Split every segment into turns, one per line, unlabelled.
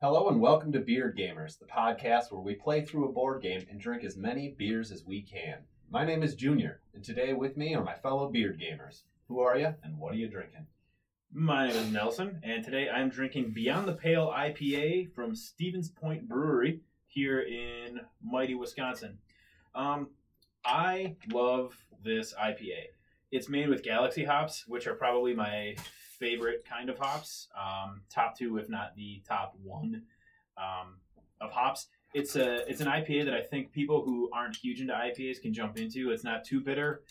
Hello and welcome to Beard Gamers, the podcast where we play through a board game and drink as many beers as we can. My name is Junior, and today with me are my fellow Beard Gamers. Who are you, and what are you drinking?
My name is Nelson, and today I'm drinking Beyond the Pale IPA from Stevens Point Brewery here in mighty Wisconsin. Um, I love this IPA. It's made with Galaxy hops, which are probably my favorite kind of hops, um, top two, if not the top one um, of hops. It's a it's an IPA that I think people who aren't huge into IPAs can jump into. It's not too bitter,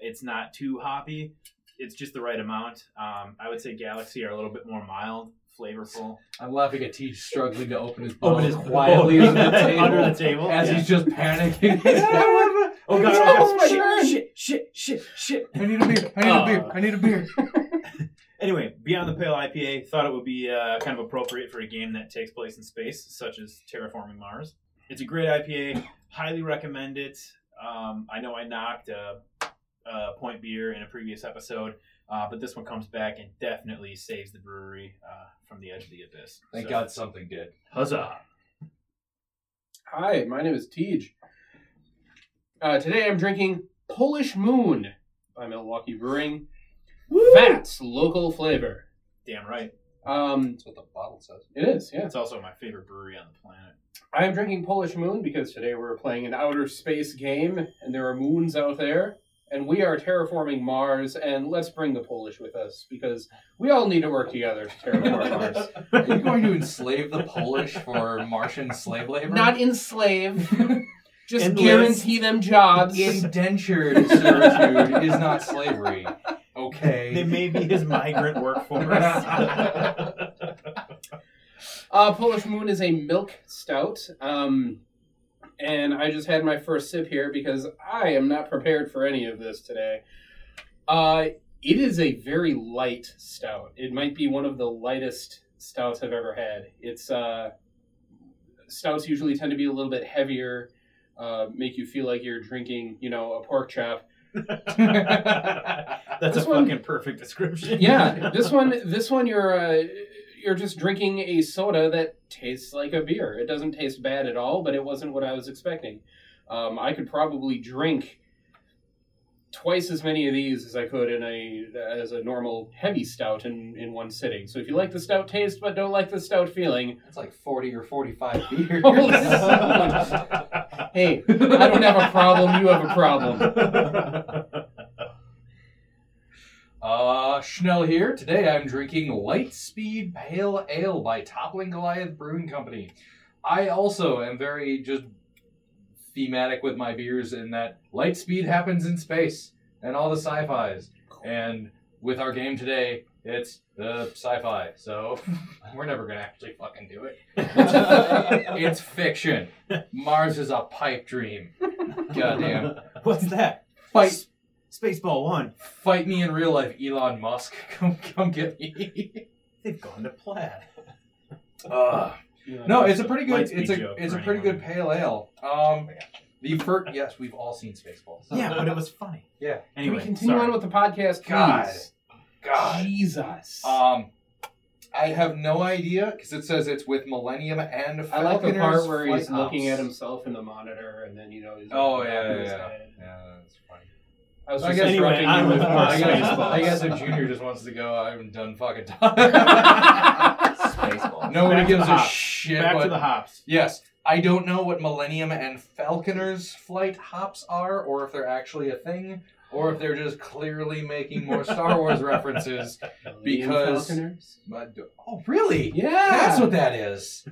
it's not too hoppy it's just the right amount. Um, I would say Galaxy are a little bit more mild, flavorful.
I'm laughing at Teach struggling to open his
Open
bottle
his
quietly
bottle.
under the table,
Under the table,
as
yeah.
he's just panicking.
Oh
It's almost my turn.
shit, shit, shit, shit.
I need a beer. I need a
Uh,
beer. I need a beer.
Anyway, Beyond the Pale IPA thought it would be uh, kind of appropriate for a game that takes place in space, such as Terraforming Mars. It's a great IPA. Highly recommend it. Um, I know I knocked a, a point beer in a previous episode, uh, but this one comes back and definitely saves the brewery uh, from the edge of the abyss.
Thank
So,
God something did.
Huzzah!
Hi, my name is Tej. Uh, today I'm drinking Polish Moon by Milwaukee Brewing. That's local flavor.
Damn right.
Um,
That's what the bottle says.
it is, yeah.
It's also my favorite brewery on the planet.
I am drinking Polish Moon because today we're playing an outer space game, and there are moons out there, and we are terraforming Mars, and let's bring the Polish with us because we all need to work together to terraform Mars.
Are you going to enslave the Polish for Martian slave labor?
Not enslave, just
Enlist.
guarantee them jobs.
indentured servitude is not slavery. Okay.
They may be his migrant workforce.
Uh, Polish Moon is a milk stout, um, and I just had my first sip here because I am not prepared for any of this today. Uh, it is a very light stout. It might be one of the lightest stouts I've ever had. It's uh, stouts usually tend to be a little bit heavier, uh, make you feel like you're drinking, you know, a pork chop.
That's
This
a
one-
fucking perfect description.
Yeah, this one, this one, you're uh, you're just drinking a soda that tastes like a beer. It doesn't taste bad at all, but it wasn't what I was expecting. Um, I could probably drink twice as many of these as I could in a as a normal heavy stout in in one sitting. So if you like the stout taste but don't like the stout feeling,
That's like 40 or 45 beers.
Holy hey, I don't have a problem. You have a problem.
Uh, Schnell here. Today I'm drinking Lightspeed Pale Ale by Toppling Goliath Brewing Company. I also am very just thematic with my beers in that Lightspeed happens in space and all the sci-fis. And with our game today, it's the sci-fi. So we're never gonna actually fucking do it. It's fiction. Mars is a pipe dream. Goddamn.
What's that?
Fight
S- Spaceball One.
Fight me in real life, Elon Musk. Come, come get me.
They've gone to plaid.
Ugh. no, it's a pretty good.
Lightspeed
It's a
joke
it's a
for
pretty
anyone.
good pale ale. Um, the first. Yes, we've all seen Spaceballs.
Yeah, but it was funny.
Yeah.
Anyway,
Can we continue
sorry.
on with the podcast, please?
God. God.
Jesus.
Um, I have no idea because it says it's with Millennium and.
I like the
Falconer's
part where
flight
he's looking
ops.
at himself in the monitor, and then you know he's.
Oh,
like,
yeah,
nodding his
yeah,
head.
Yeah, that's funny.
I was
I
just
guess-
Anyway,
interrupting
I'm
you with
with
more
Mark
I guess,
Spaceballs.
I guess if Junior just wants to go, I'm done fucking talking.
Spaceball.
Nobody
Back to
gives
the
a
hops.
shit.
Back
what-
to the hops.
Yes. I don't know what Millennium and Falconer's flight hops are, or if they're actually a thing, or if they're just clearly making more Star Wars references. because- But, oh, really?
yeah,
That's what that is.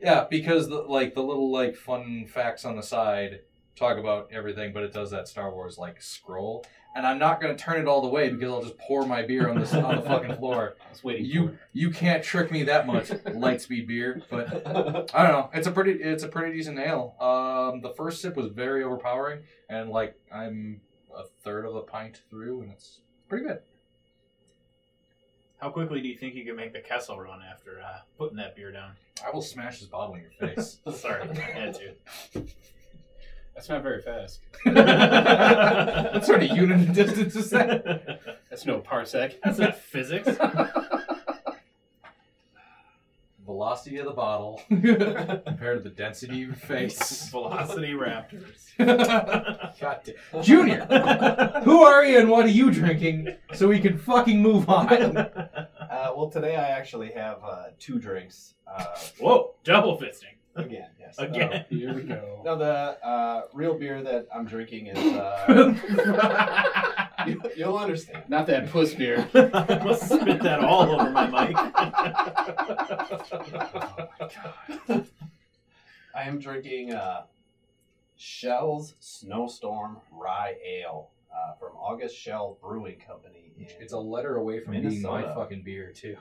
Yeah, because the, like the little like fun facts on the side talk about everything, but it does that Star Wars like scroll. And I'm not gonna turn it all the way because I'll just pour my beer on the on the fucking floor.
I was waiting. for
You
it.
you can't trick me that much, Lightspeed beer. But I don't know. It's a pretty it's a pretty decent ale. Um, the first sip was very overpowering, and like I'm a third of a pint through, and it's pretty good.
How quickly do you think you can make the Kessel run after uh, putting that beer down?
I will smash this bottle in your face.
Sorry, I had to.
That's not very fast.
what sort of unit of distance is that?
That's no parsec.
That's not physics.
velocity of the bottle compared to the density of your face.
Velocity Raptors.
God damn. Junior, who are you and what are you drinking so we can fucking move on?
Uh, well, today I actually have uh, two drinks. Uh,
Whoa, double fisting.
again, yes.
Again.
Here we go.
Uh, now the uh, real beer that I'm drinking is. Uh, you, you'll understand.
Not that puss beer.
I must spit that all over my mic.
I am drinking uh, Shell's Snowstorm Rye Ale uh, from August Shell Brewing Company. in-
It's a letter away from being my
Minnesota.
fucking beer, too.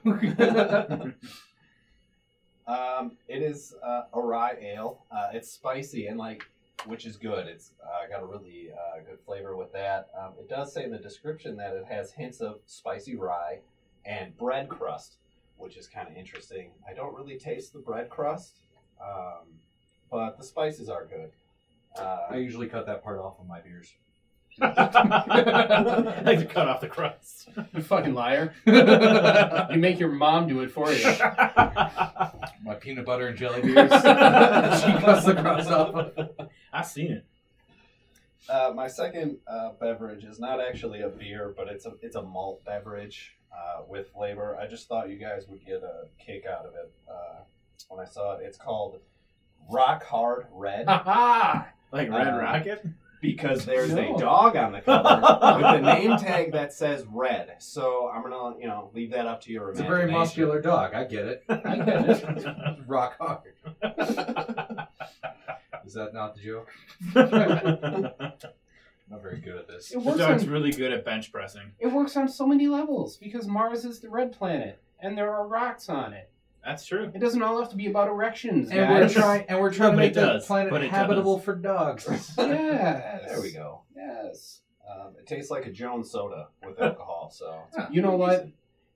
um, it is uh, a rye ale. Uh, it's spicy and like, which is good. It's uh, got a really uh, good flavor with that. Um, it does say in the description that it has hints of spicy rye and bread crust, which is kind of interesting. I don't really taste the bread crust, um, but the spices are good.
I
Uh,
usually cut that part off of my beers.
I like to cut off the crust.
You fucking liar. You make your mom do it for you.
My peanut butter and jelly beers. she cuts the crust off.
I've seen it.
Uh, my second uh, beverage is not actually a beer, but it's a it's a malt beverage uh, with flavor. I just thought you guys would get a kick out of it uh, when I saw it. It's called Rock Hard Red
Ha
Ah.
ha!
Like Red
Um,
Rocket?
because there's
No.
a dog on the cover with a name tag that says red. So I'm gonna you know leave that up to your
It's a very
imagination.
muscular dog. I get it.
I get it.
Rock hard. Is that not the joke? I'm not very good at this.
It
The
works,
dog's
on,
really good at bench pressing.
it works on so many levels because Mars is the red planet and there are rocks on it.
That's true.
It doesn't all have to be about erections.
And we're
guys.
trying and we're trying to
But it
make the
does.
planet
But it
habitable for dogs.
Yes.
There we go.
Yes.
Um, it tastes like a Jones soda with alcohol. So
You know what?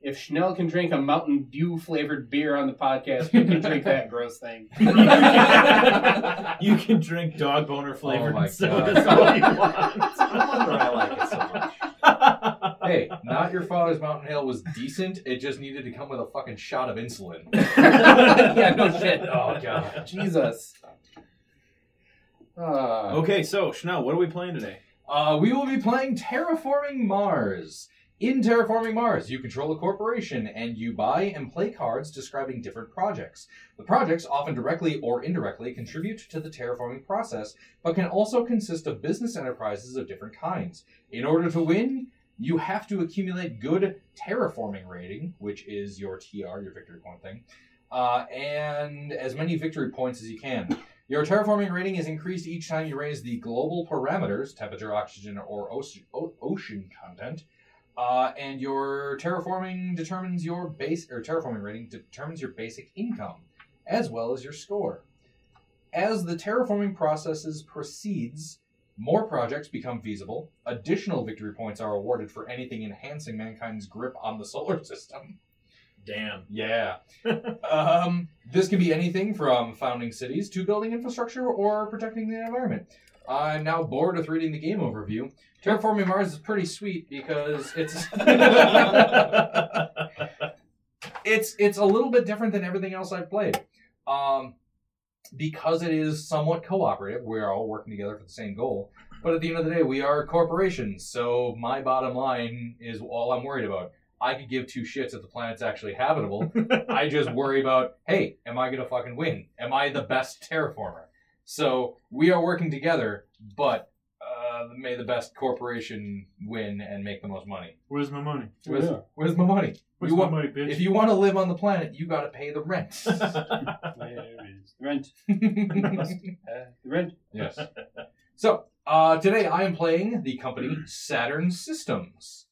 If Schnell can drink a Mountain Dew flavored beer on the podcast, you can drink that gross thing.
You can drink dog boner flavored
Oh my
sodas all you want.
I wonder I like it so much.
hey, not your father's mountain ale was decent. It just needed to come with a fucking shot of insulin.
yeah, no shit.
Oh god.
Jesus. Uh,
Okay, so Schnell, what are we playing today?
Uh, we will be playing Terraforming Mars. In Terraforming Mars, you control a corporation and you buy and play cards describing different projects. The projects often directly or indirectly contribute to the terraforming process, but can also consist of business enterprises of different kinds. In order to win, you have to accumulate good terraforming rating, which is your TR, your victory point thing, uh, and as many victory points as you can. Your terraforming rating is increased each time you raise the global parameters, temperature, oxygen, or oce- o- ocean content. Uh, and your terraforming determines your base or terraforming rating determines your basic income as well as your score. As the terraforming processes proceeds, more projects become feasible. Additional victory points are awarded for anything enhancing mankind's grip on the solar system.
Damn.
Yeah. um, this can be anything from founding cities to building infrastructure or protecting the environment. I'm now bored with reading the game overview. Terraforming Mars is pretty sweet because it's it's it's a little bit different than everything else I've played. Um, because it is somewhat cooperative, we're all working together for the same goal. But at the end of the day, we are corporations, so my bottom line is all I'm worried about. I could give two shits if the planet's actually habitable. I just worry about, hey, am I gonna fucking win? Am I the best terraformer? So we are working together, but uh, may the best corporation win and make the most money.
Where's my money?
Where's, where's my money?
Oh, Where's
You
my
want-
money, bitch?
If you want to live on the planet, you got to pay the rent.
Rent. Uh, rent.
yes. So uh, today I am playing the company Saturn Systems.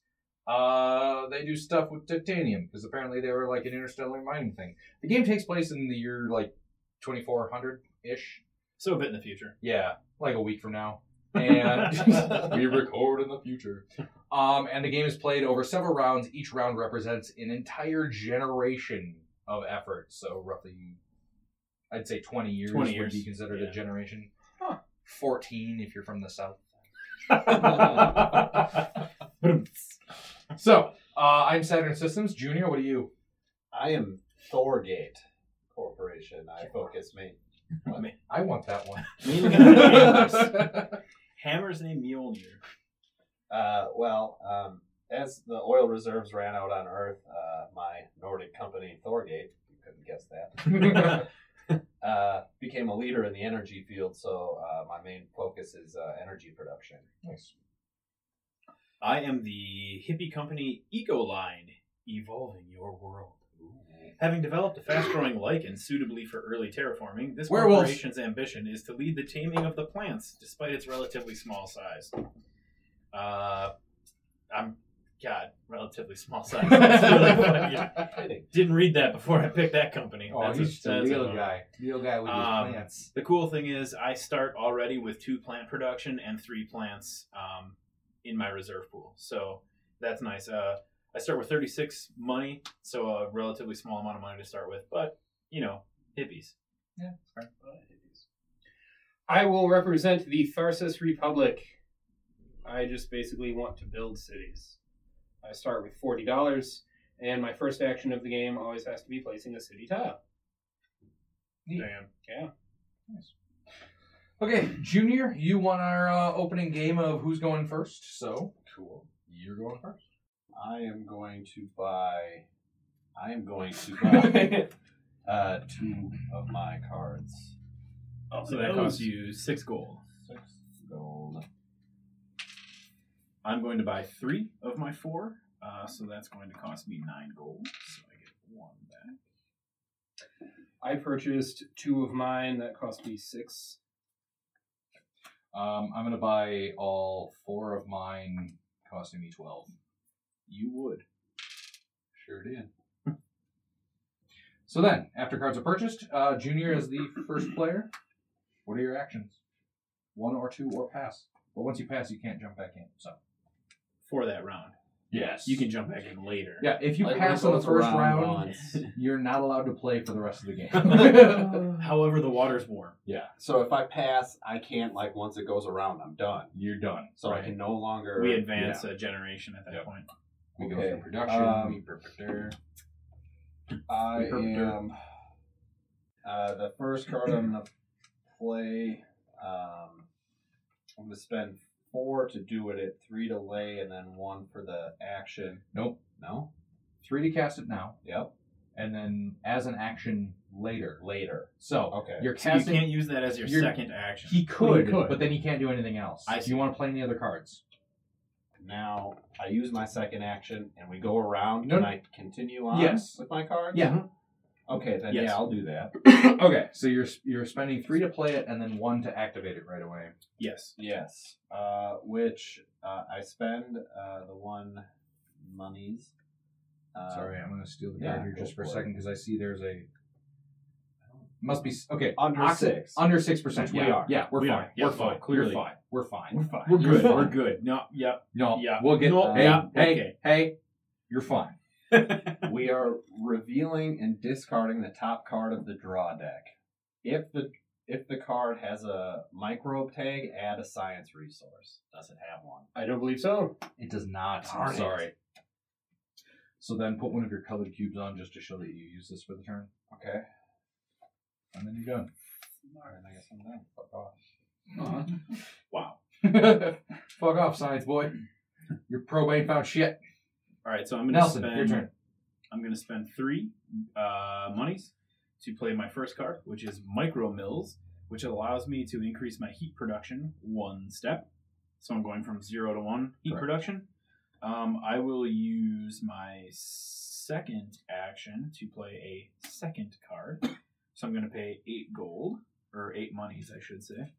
Uh, they do stuff with titanium because apparently they were like an interstellar mining thing. The game takes place in the year like 2400 ish.
so a bit in the future.
Yeah, like a week from now. And we record in the future. Um, and the game is played over several rounds. Each round represents an entire generation of effort. So roughly, I'd say 20 years,
20
would
years,
be considered
yeah.
a generation.
Huh.
14 if you're from the south. So uh, I'm Saturn Systems Junior. What are you?
I am Thorgate. Corporation. I focus me.
I want that one.
Me looking at hammers. Hammers named Mjolnir.
Uh, well, um, as the oil reserves ran out on Earth, uh, my Nordic company, Thorgate, you couldn't guess that, uh, became a leader in the energy field. So uh, my main focus is uh, energy production.
Nice.
I am the hippie company Ecoline, evolving your world. Having developed a fast-growing lichen suitably for early terraforming, this
Werewolf.
corporation's ambition is to lead the taming of the plants, despite its relatively small size. Uh, I'm God, relatively small size. That's really funny.
Kidding.
Didn't read that before I picked that company.
Oh,
That's a-
he's just a
that's a
real
bummer.
guy. Real guy with his
Um,
plants.
The cool thing is, I start already with two plant production and three plants um, in my reserve pool. So that's nice. Uh, I start with 36 money, so a relatively small amount of money to start with, but you know, hippies.
I will represent the Tharsis Republic. I just basically want to build cities. I start with forty dollars, and my first action of the game always has to be placing a city tile.
Neat.
Damn.
Yeah.
Okay, Junior, you won our uh, opening game of who's going first, so
Cool.
you're going first.
I am going to buy. I am going to buy uh, two of my cards.
So that costs you six gold.
Six gold.
I'm going to buy three of my four, uh, so that's going to cost me nine gold. So I get one back.
I purchased two of mine. That cost me six.
Um, I'm going to buy all four of mine, costing me 12.
You would.
Sure did. so then, after cards are purchased, uh, Junior is the first player. What are your actions? One or two or pass. But once you pass, you can't jump back in. So
For that round.
yes,
You can jump back in later.
Yeah, if you
Like,
pass
we're
on the
both
first
around
round,
once.
you're not allowed to play for the rest of the game.
However, the water's warm.
So if I pass, I can't like once it goes around, I'm done.
you're done.
So
Right.
I can no longer.
We advance a generation at that
Yep.
point.
We go
Okay,
through production.
um,
we prepare.
I
We heard dirt.
am uh, the first card I'm gonna play. Um, I'm gonna spend four to do it, at three to lay, and then one for the action.
Nope.
No.
Three to cast it now,
Yep.
and then as an action later.
Later.
So
Okay.
you're
So you
casting.
can't use that as your
you're-
second action.
he, could,
He could.
but then he can't do anything else.
I
Do you want to play any other cards?
Now I use my second action, and we go around.
No,
Can
no.
I continue on
Yes.
with my card?
Yeah.
Okay, then
Yes.
yeah, I'll do that.
okay, so you're you're spending three to play it and then one to activate it right away.
yes.
Yes. Uh, which uh, I spend uh, the one monies. Uh,
Sorry, I'm going to steal the
yeah,
card here
go
just for a
for it.
second because I see there's a. Must be s- okay.
Under
Oxi-
six.
Under six percent.
Which we
Yeah,
are.
yeah, we're
We
fine.
are. Yeah,
we're
fine,
fine.
clearly.
We're fine. We're fine.
We're fine.
We're
Good.
fine.
We're good. No. Yep.
No,
Yeah.
we'll get.
No,
hey,
yeah,
hey,
okay.
hey, you're fine.
we are revealing and discarding the top card of the draw deck. If the if the card has a microbe tag, add a science resource. Does it have one?
I don't believe so.
It does not.
Darn
I'm
it.
sorry. So then put one of your colored cubes on just to show that you use this for the turn,
Okay.
and then you're done.
Alright, I guess I'm done. Fuck off.
Wow.
Fuck off, science boy. Your probate found shit.
All right. So I'm gonna
Nelson,
spend.
your turn.
I'm gonna spend three uh, monies to play my first card, which is micro mills, which allows me to increase my heat production one step. So I'm going from zero to one heat
Correct.
production. Um, I will use my second action to play a second card. So I'm gonna pay eight gold or eight monies, I should say.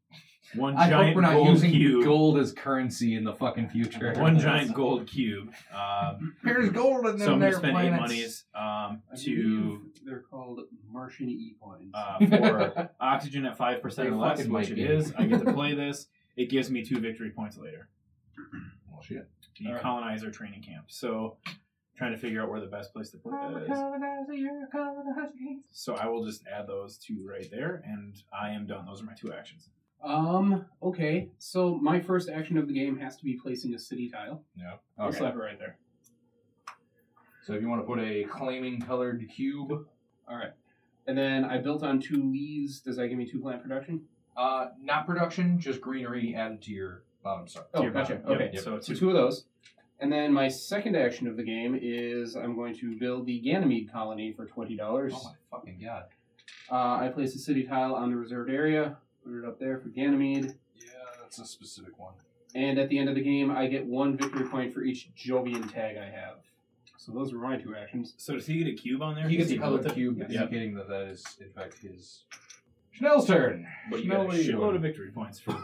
One
I
giant
hope we're not
gold
using
cube.
gold as currency in the fucking future.
One giant gold cube. Um,
There's gold in them
so I'm
there
gonna spend eight
planets.
monies um,
I
to
believe they're called Martian e coins.
uh, for oxygen at five percent
They
or less,
fucking
which
might
it
be.
is. I get to play this. It gives me two victory points later.
Well, Oh, shit.
The
Alright.
colonizer training camp. So, trying to figure out where the best place to put that is.
All
So I will just add those two right there, and I am done. Those are my two actions.
Um. Okay. So my first action of the game has to be placing a city tile. I'll
right.
slap it right there.
So if you want to put a claiming colored cube,
All right. And then I built on two leaves. Does that give me two plant production?
Uh, not production, just greenery added to your bottom star.
Oh,
Tier
gotcha.
bottom. Yep,
Okay.
So
So
two.
two of those. And then my second action of the game is I'm going to build the Ganymede colony for twenty dollars.
Oh my fucking god.
Uh, I place a city tile on the reserved area, put it up there for Ganymede,
Yeah, that's a specific one.
and at the end of the game, I get one victory point for each Jovian tag I have. So those were my two actions.
So does he get a cube on there?
He gets
Does
a colored
both?
cube,
Yeah.
indicating that that is, in fact, his. Chanel's turn.
But you
Chanel,
got a
what are you
shitload
doing?
of victory points for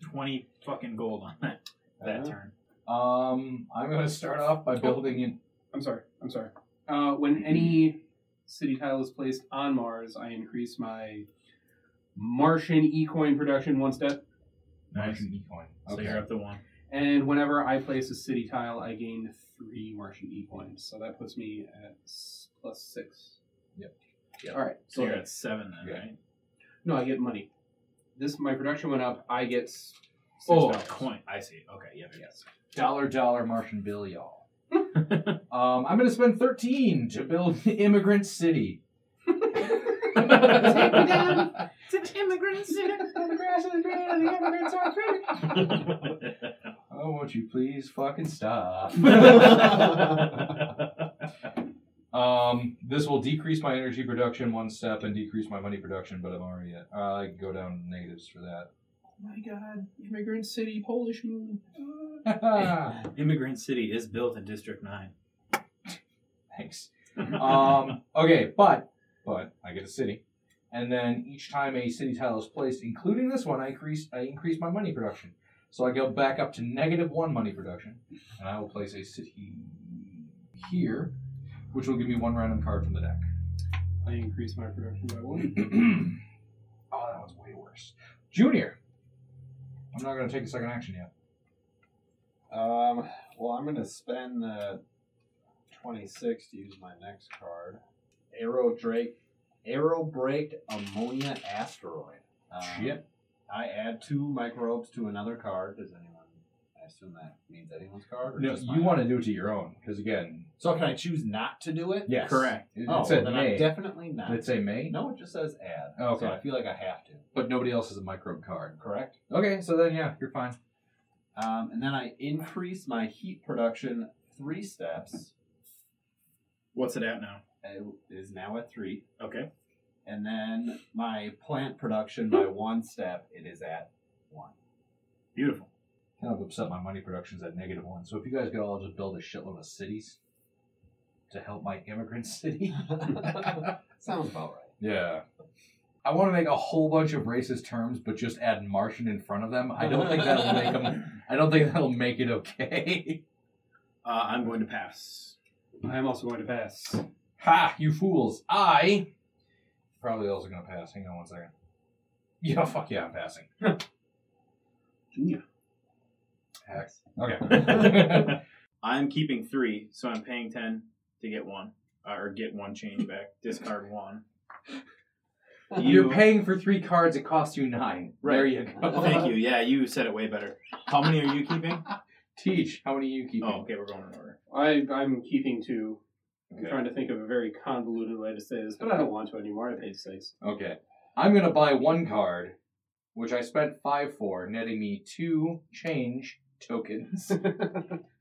twenty fucking gold on that that
Uh-huh.
turn.
Um, I'm going to start off by building an.
I'm sorry. I'm sorry. Uh, when any city tile is placed on Mars, I increase my Martian ecoin production one step,
Nice.
Martian Ecoin.
So you're up to one.
and whenever I place a city tile, I gain three Martian ecoins. So that puts me at s- plus six.
Yep.
Yep.
All right.
So
go
you're
ahead.
at seven then,
Yeah.
right?
No, I get money. This my production went up. I get. s- Six
Oh,
dollars.
Coin. I see. Okay. Yeah. yeah.
Yes.
Dollar, dollar Martian bill, y'all. um, I'm going to spend 13 to build Immigrant City.
It's an immigrant
Oh, won't you please fucking stop? um, this will decrease my energy production one step and decrease my money production, but I'm already at. Uh, I can go down negatives for
Oh my God! Immigrant city, Polish moon. Uh,
that.
immigrant city is built in District Nine.
Thanks. Um, okay, but but I get a city, and then each time a city tile is placed, including this one, I increase I increase my money production. So I go back up to negative one money production, and I will place a city here, which will give me one random card from the deck.
I increase my production by one.
oh, that was way worse. Junior. I'm not going to take a second action yet.
Um, well, I'm going to spend the 26 to use my next card. Aero Drake, Aero Break Ammonia Asteroid. Um,
Shit.
I add two microbes to another card. Does anyone? I assume that means anyone's card. Or
No,
just
you
mine?
want to do it to your own, because again,
So can I choose not to do it?
yes.
Correct.
It,
Oh,
it said
then
May.
I'm definitely not.
Did it say May?
no, it just says add.
Okay.
So I feel like I have to.
But nobody else has a microbe card.
Correct.
Okay, so then yeah, you're fine.
Um, and then I increase my heat production three steps.
What's it at now?
It is now at three.
Okay.
And then my plant production by one step, it is at one.
Beautiful.
Kind of upset my money production's at negative one. So if you guys could all just build a shitload of cities to help my immigrant city.
Sounds about right.
yeah. I want to make a whole bunch of racist terms, but just add Martian in front of them. I don't think that'll make them. I don't think that'll make it okay.
Uh, I'm going to pass.
I am also going to pass.
ha! You fools! I probably also gonna pass. Hang on one second. Yeah, fuck yeah, I'm passing.
Junior.
Heck. Okay.
I'm keeping three, so I'm paying ten to get one, uh, or get one change back. Discard one.
You're paying for three cards. It costs you nine.
Right.
There you go.
Thank you. Yeah, you said it way better. How many are you keeping?
Teach. How many you keep?
Oh, okay, we're going in order.
I I'm keeping two. I'm
Okay.
trying to think of a very convoluted way to say this, but I don't want to anymore. I paid six.
Okay. I'm gonna buy one card, which I spent five for, netting me two change tokens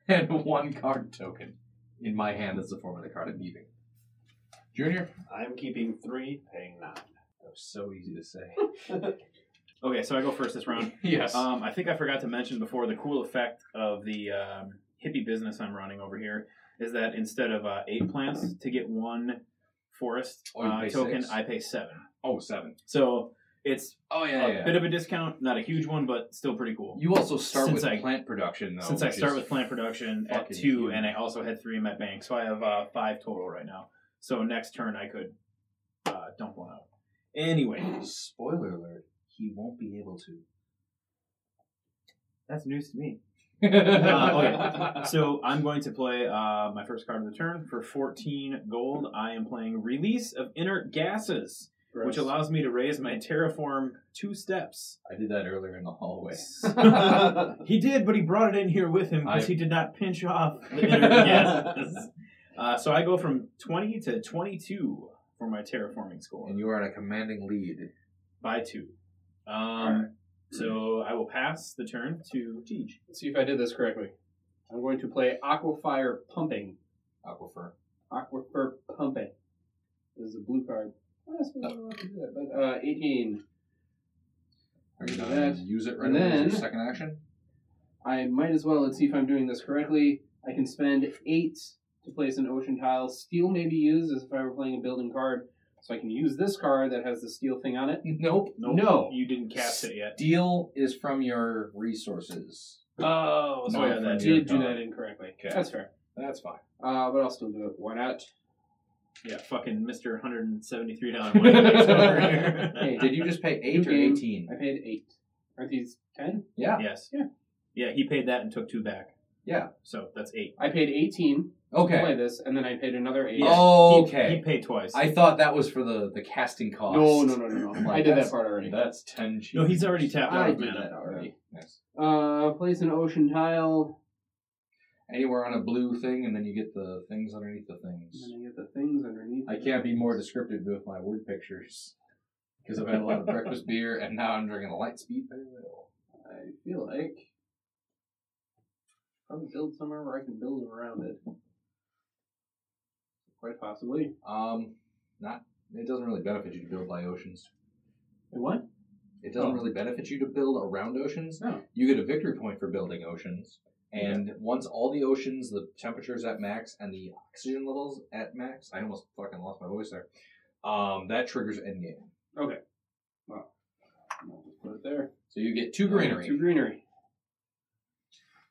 and one card token in my hand as the form of the card I'm leaving. Junior.
I'm keeping three, paying nine.
That was so easy to say.
Okay, so I go first this round.
yes.
Um, I think I forgot to mention before the cool effect of the um, hippie business I'm running over here is that instead of uh, eight plants to get one forest
Oh, you
uh,
pay
token,
six?
I pay seven.
oh, seven.
So it's
Oh
a
yeah. yeah.
bit of a discount, not a huge one, but still pretty cool.
you also start
Since
with
I-
plant production though.
Since I
which
start
is-
with plant production at
fucking
two,
huge.
and I also had three in my bank, so I have uh, five total right now. So next turn I could uh, dump one out. Anyway,
Spoiler alert. He won't be able to.
that's news to me.
Uh, oh,
So I'm going to play uh, my first card of the turn for 14 gold. I am playing Release of Inert Gases, which allows me to raise my terraform two steps.
I did that earlier in the hallway.
He did, but he brought it in here with him because
I-
he did not pinch off the inert gases. Uh, so I go from 20 to 22 for my terraforming score
and you are in a commanding lead.
by two. Um,
Alright.
So I will pass the turn to Teach.
Let's see if I did this correctly. I'm going to play Aquafire Pumping.
Aquifer.
Aquifer Pumping. This is a blue card. I don't suppose I don't have to do that, but uh, 18.
Are you
Do
not
that.
going to use it right
And
away as your
then-
second action?
I might as well, let's see if I'm doing this correctly. I can spend 8 to place an ocean tile. Steel may be used as if I were playing a building card. So I can use this card that has the steel thing on it.
Nope.
Nope,
No.
you didn't cast it yet.
Deal is from your resources.
Oh,
so
so
I
I
did
did do
do
that incorrectly.
Okay.
That's fair.
That's fine.
Uh, but I'll still do it. Why not?
Yeah, fucking Mister 173 dollars over here.
Hey,
Did you just pay eight
New
or
game.
eighteen?
I paid eight. Aren't these ten?
Yeah.
Yes.
Yeah.
Yeah, he paid that and took two back.
Yeah.
So that's eight.
I paid eighteen to play
Okay.
this, and then I paid another eight.
Yeah,
Oh,
he-
okay.
He, paid twice.
I thought that was for the the casting cost.
No, no, no, no, no.
Like,
I did that
that's-
part already.
That's ten. Cheese.
no, he's already tapped out
I
of
did
mana.
that already.
Yes.
Uh, place an ocean tile,
Anywhere on a blue thing, and then you get the things underneath the things.
and then I get the things underneath.
I can't be more descriptive with my word pictures because I've had a lot of breakfast beer, and now I'm drinking a light speed pale ale.
I feel like probably build somewhere where I can build around it. Quite possibly.
Um, not. It doesn't really benefit you to build by oceans.
What?
It doesn't
Oh.
really benefit you to build around oceans.
No.
You get a victory point for building oceans. And once all the oceans, the temperature's at max and the oxygen levels at max, I almost fucking lost my voice there. Um, that triggers endgame.
I'll just put it there.
So you get two greenery.
Oh, Two greenery.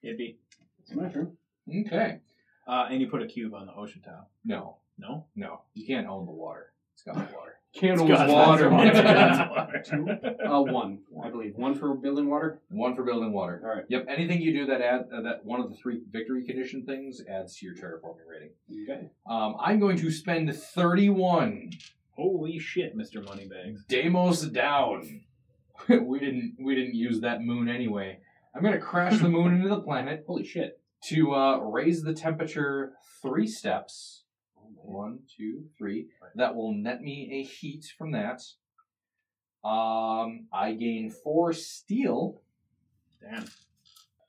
It'd be.
It's my turn.
Okay.
Uh, and you put a cube on the ocean tile.
No,
No?
no, you can't own the water. It's got water.
Candle
God's
water.
water.
Two? Uh, one, I believe. One for building water.
One for building water.
All right.
Yep. Anything you do that add uh, that one of the three victory condition things adds to your terraforming rating.
Okay.
Um, I'm going to spend thirty-one
Holy shit, Mr. Moneybags.
Deimos down. we didn't we didn't use that moon anyway. I'm gonna crash the moon into the planet
Holy shit.
to uh, raise the temperature three steps. One, two, three. That will net me a heat from that. Um, I gain four steel,
Damn.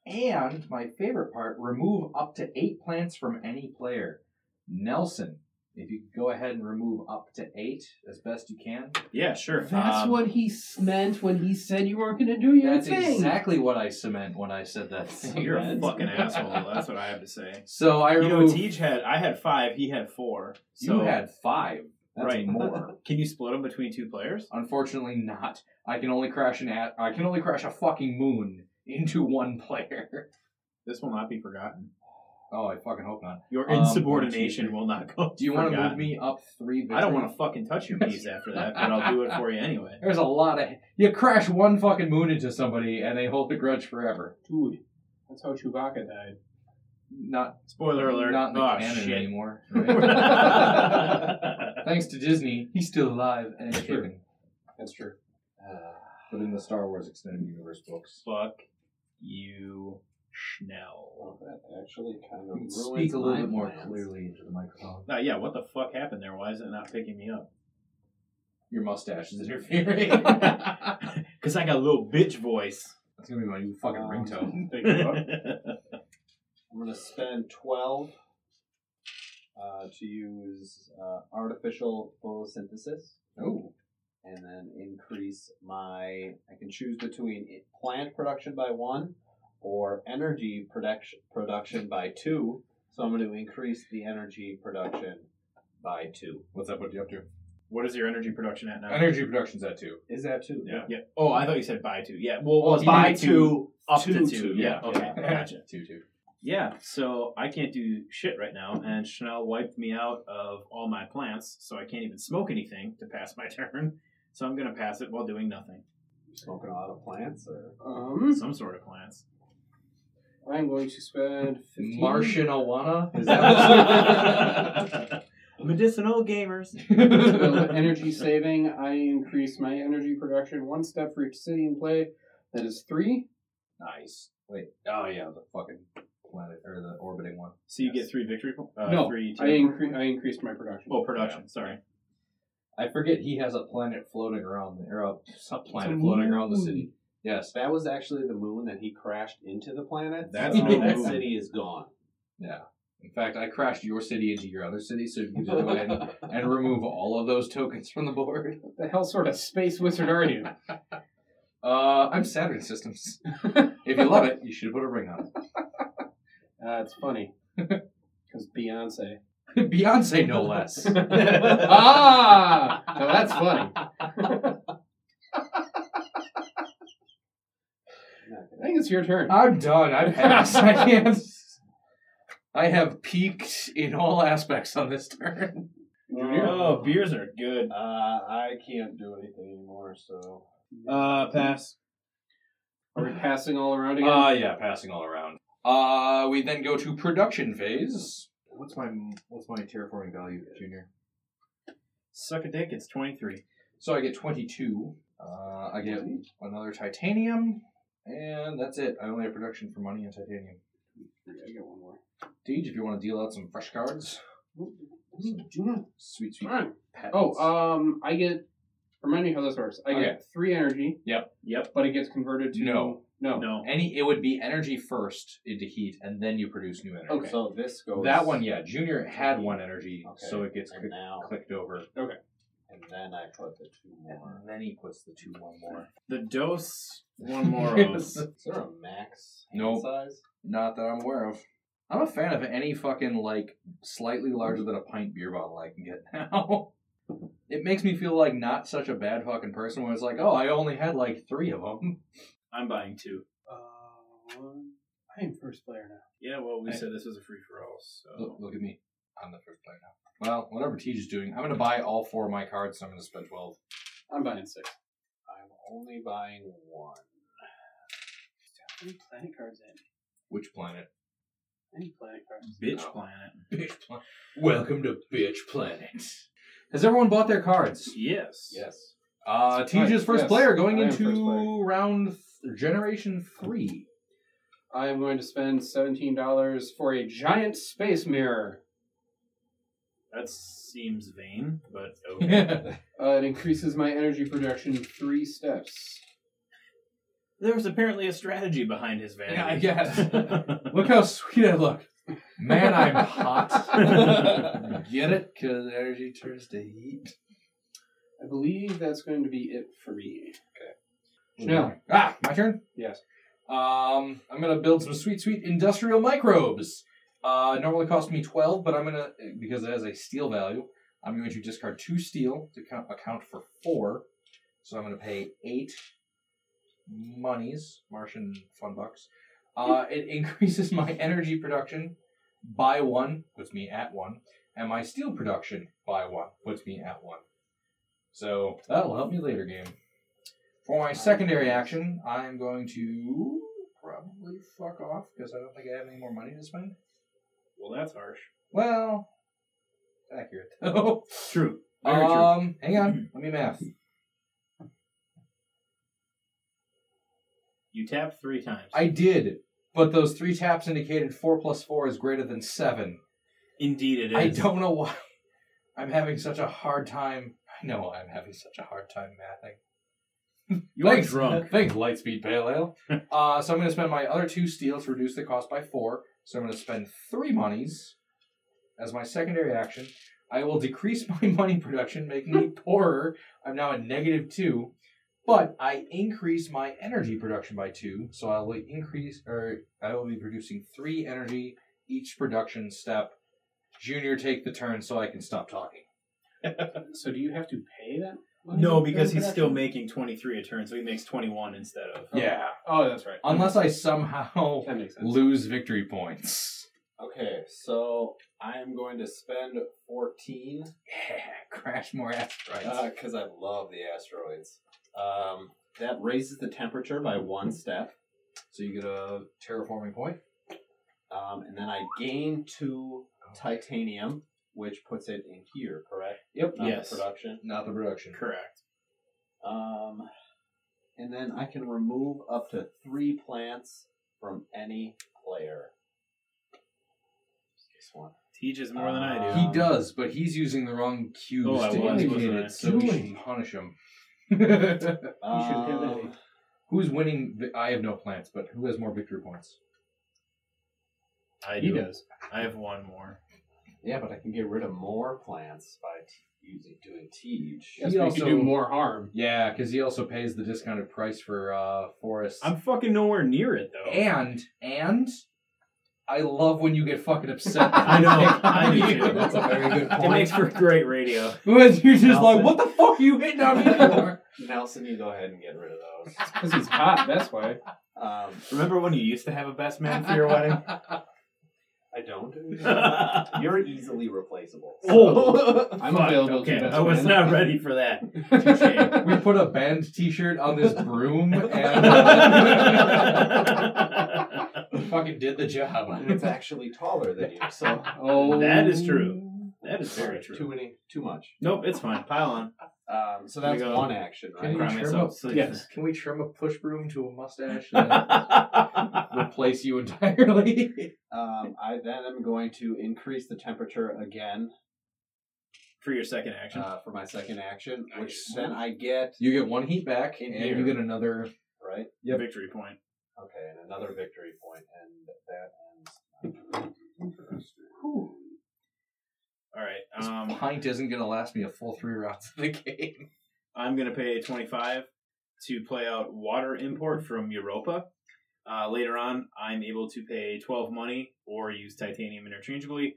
and my favorite part: remove up to eight plants from any player. Nelson, if you could go ahead and remove up to eight as best you can.
Yeah, sure.
That's
Um,
what he s- meant when he said you weren't going to do your
That's
thing.
exactly what I cement when I said that.
You're a fucking asshole. That's what I have to say.
So I
You know,
removed. You,
Tej had I had five. He had four. So
had five. That's
Right.
more.
can you split them between two players?
Unfortunately, not. I can only crash an at. I can only crash a fucking moon into one player.
This will not be forgotten.
Oh, I fucking hope not.
Your
Um,
insubordination
one,
will not go.
Do you want to
forgotten.
move me up three? Victory?
I don't want to fucking touch your piece after that, but I'll do it for you anyway.
There's a lot of you crash one fucking moon into somebody and they hold the grudge forever.
Dude, that's how Chewbacca died.
Not
Spoiler alert.
Not in the
oh,
canon
shit.
anymore. right? Thanks to Disney, he's still alive and kicking.
That's true.
Uh, But in the Star Wars extended universe books,
Fuck you, Schnell.
Well, that actually kind
you can
of
um, speak
ruins
a little
my
bit more
plans.
clearly into the microphone.
Ah, yeah, what the fuck happened there? Why is it not picking me up?
Your mustache is interfering.
Because I got a little bitch voice.
That's gonna be my new fucking
Um,
ringtone.
Thank you, Bob.
That's
I'm gonna spend twelve uh, to use uh, artificial photosynthesis,
Oh,
and then increase my. I can choose between i- plant production by one or energy production production by two. So I'm going to increase the energy production by two.
what's that put you up to?
what is your energy production at now?
Energy production's at two.
Is that two?
Yeah. yeah. Uh, Oh, I thought you said buy two. Yeah. Well,
Well,
well
you
buy
mean
two,
two,
up
two,
to two.
two,
Yeah.
yeah,
Okay.
yeah.
Gotcha.
Two two.
Yeah, so I can't do shit right now, and Chanel wiped me out of all my plants, so I can't even smoke anything to pass my turn. So I'm gonna pass it while doing nothing.
Smoking a lot of plants, or
Um,
Some sort of plants.
I'm going to spend 15.
Martian Awana. Is that
Medicinal gamers.
So, energy saving. I increase my energy production one step for each city in play. That is three.
nice? Wait. Oh yeah, the fucking planet or the orbiting one.
So you get three victory points. Uh,
No,
three.
I, incre- I increased my production.
oh, production. Sorry.
I forget he has a planet floating around the or a, it's not planet floating around the city. Yes.
That was actually the moon that he crashed into the planet.
That's
so
no
that
moon.
city is gone.
Yeah. In fact, I crashed your city into your other city, so you can just go ahead and, and remove all of those tokens from the board.
What the hell sort of space wizard are you?
Uh, I'm Saturn Systems. if you love it, you should put a ring on
Uh, it's funny. Because Beyonce.
it. Beyonce, no less.
ah! Now that's funny. I think it's your turn.
I'm done. I'm passed. I can't. I have peaked in all aspects on this turn.
Oh, beers are good.
Uh, I can't do anything anymore, so.
Uh, pass.
Are we passing all around again?
Uh, yeah, passing all around. Uh, we then go to production phase. What's my what's my terraforming value, Junior?
Suck a dick. It's twenty three.
So I get 22. Uh, I get another titanium, and that's it. I only have production for money and titanium.
I got one more.
Deej, if you want to deal out some fresh cards, sweet sweet.
Alright.
patents.
Oh, um, I get. Remind me how this works. I
Okay.
get three energy.
Yep.
Yep.
But it gets converted to.
No.
No.
No.
any it would be energy first into heat, and then you produce new energy.
Okay.
So this goes.
That one, yeah. Junior had one energy,
Okay.
so it gets
And
click-
now,
clicked over.
and then I put the two more.
And then he puts the two one more.
The dose. One more. yes.
Is there a max hand
Nope.
size?
Not that I'm aware of. I'm a fan of any fucking like slightly larger than a pint beer bottle I can get now. It makes me feel like not such a bad fucking person when it's like, oh, I only had like three of them.
I'm buying two.
Uh, I am first player now.
Yeah. Well, we
Hey.
said this was a free for all.
Look,
So
Oh, look at me. I'm the first player now. Well, whatever Tej is doing, I'm gonna buy all four of my cards. So I'm gonna spend twelve.
I'm buying six.
I'm only buying one.
How many planet cards in?
Which planet?
I need planet cards.
bitch
Oh.
planet.
Bitch planet. Welcome to Bitch Planet. Has everyone bought their cards?
Yes.
Yes.
Uh, Tej is
Right,
first
yes.
player going
I am
into
first player.
round th- generation three.
I am going to spend seventeen dollars for a giant space mirror.
That seems vain, but okay.
Yeah.
Uh, it increases my energy production three steps.
there was apparently a strategy behind his vanity.
Yeah, I guess. Look how sweet I look. Man, I'm hot. Get it? Because energy turns to heat.
I believe that's going to be it for me. No.
Ah, my turn?
Yes.
Um, I'm going to build some sweet, sweet industrial microbes. Uh, normally cost me 12, but I'm going to, because it has a steel value, I'm going to discard two steel to count, account for four. So I'm going to pay eight monies, Martian fun bucks. Uh, it increases my energy production by one, puts me at one, and my steel production by one, puts me at one. So that'll help me later game. For my secondary action, I'm going to probably fuck off because I don't think I have any more money to spend.
well, that's harsh.
Well, accurate though.
True. Very true.
um, hang on, let me math.
You tap three times.
I did, but those three taps indicated four plus four is greater than seven.
Indeed, it is.
I don't know why I'm having such a hard time. I know I'm having such a hard time mathing.
You are
Thanks.
drunk.
Thanks, Lightspeed Pale Ale. uh, so I'm going to spend my other two steals to reduce the cost by four. So I'm going to spend three monies as my secondary action. I will decrease my money production, making me poorer. I'm now at negative two, but I increase my energy production by two. So I will increase, or I will be producing three energy each production step. Junior, take the turn so I can stop talking.
So do you have to pay that? money
No,
for
because he's
production?
still making 23 a turn, so he makes 21 instead of.
Yeah,
Oh, that's right.
unless I somehow
that makes sense.
lose victory points.
Okay, so I am going to spend 14
Yeah, crash more asteroids.
because uh, I love the asteroids. Um, that raises the temperature by one step,
so you get a terraforming point.
um, and then I gain two titanium, which puts it in here, correct?
Yep.
Not the
Yes.
Production.
Not the production.
Correct.
Um, and then I can remove up to three plants from any player. This one.
He just more than I do.
He does, but he's using the wrong cues
Oh, I
to
was, wasn't
indicate
I?
it, so we
Doing.
should punish him.
Um,
Who's winning? vi- I have no plans, but who has more victory points?
I
He
do.
does.
I have one more.
yeah, but I can get rid of more plants by t- using doing teach.
Yes,
He
we
also-
could do more harm.
Yeah, because he also pays the discounted price for uh, Forest.
I'm fucking nowhere near it though.
and and I love when you get fucking upset.
I know. I do too.
That's a very good
It makes
point.
for great radio.
When you're just
Nelson.
like, what the fuck are you hitting on me for?
Nelson, you go ahead and get rid of those.
Because he's hot, that's why.
Um,
Remember when you used to have a best man for your wedding?
I don't.
oh,
You're easily replaceable. Oh.
I'm
fuck,
available
Okay,
to best
I was
man.
not ready for that. Touche.
We put a band T-shirt on this broom and
that
fucking did the job.
And it's actually taller than you, so
Oh,
is true. That is very
Too
true.
many, too much.
Nope, it's fine. Pile on.
Um, so
Here we
that's
go.
one action,
I
right?
Can
cry
you trim
myself.
up?
So-
Yes.
Can we trim a push broom to a mustache and replace you entirely?
Um, I then am going to increase the temperature again
for your second action.
uh, for my second action, which
Nice.
then I get
You get one heat back,
In
and
here.
you get another.
right.
yep.
Victory point.
Okay, and another victory point, and that ends.
All right.
This
Um,
pint isn't gonna last me a full three rounds of the game.
I'm going to pay 25 to play out water import from Europa. Uh, later on, I'm able to pay 12 money or use titanium interchangeably.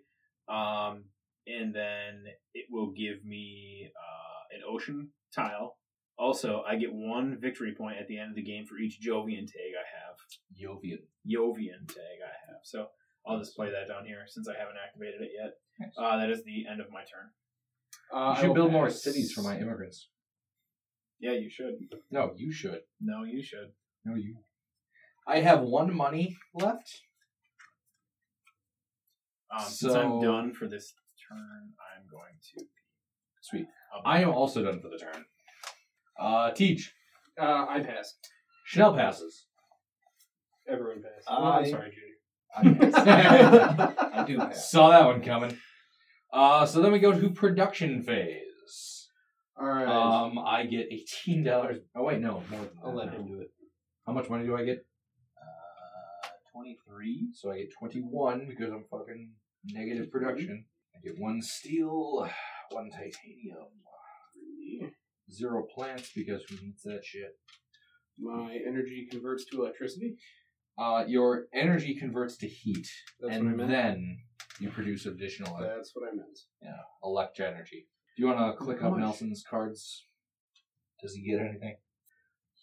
Um, and then it will give me uh, an ocean tile. Also, I get one victory point at the end of the game for each Jovian tag I have.
Jovian.
Jovian tag I have. So I'll just play that down here since I haven't activated it yet. Uh, that is the end of my turn.
Uh,
You
I
should
will
build more
pass.
cities for my immigrants.
Yeah, you should.
No, you should.
No, you should.
No, you. I have one money left.
Um, since I'm
So-
done for this turn, I'm going to.
Sweet.
I'll be-
I am also done for the turn. Uh, teach.
Uh, I pass.
Chanel passes.
Everyone passed.
I-
Well, I'm sorry, Junior.
I, I do pass.
Saw that one coming. Uh, so then we go to production phase.
All right.
Um, I get eighteen dollars. Oh wait, no, more than that.
Uh, I'll let him do it.
How much money do I get? Uh, twenty-three. So I get twenty-one because I'm fucking negative production. I get one steel, one titanium, zero plants because who needs that shit?
My energy converts to electricity.
Uh, your energy converts to heat,
That's
and
what I meant.
then you produce additional
That's what I meant.
elect energy. Do you want to click
How
up
much?
Nelson's cards? Does he get anything?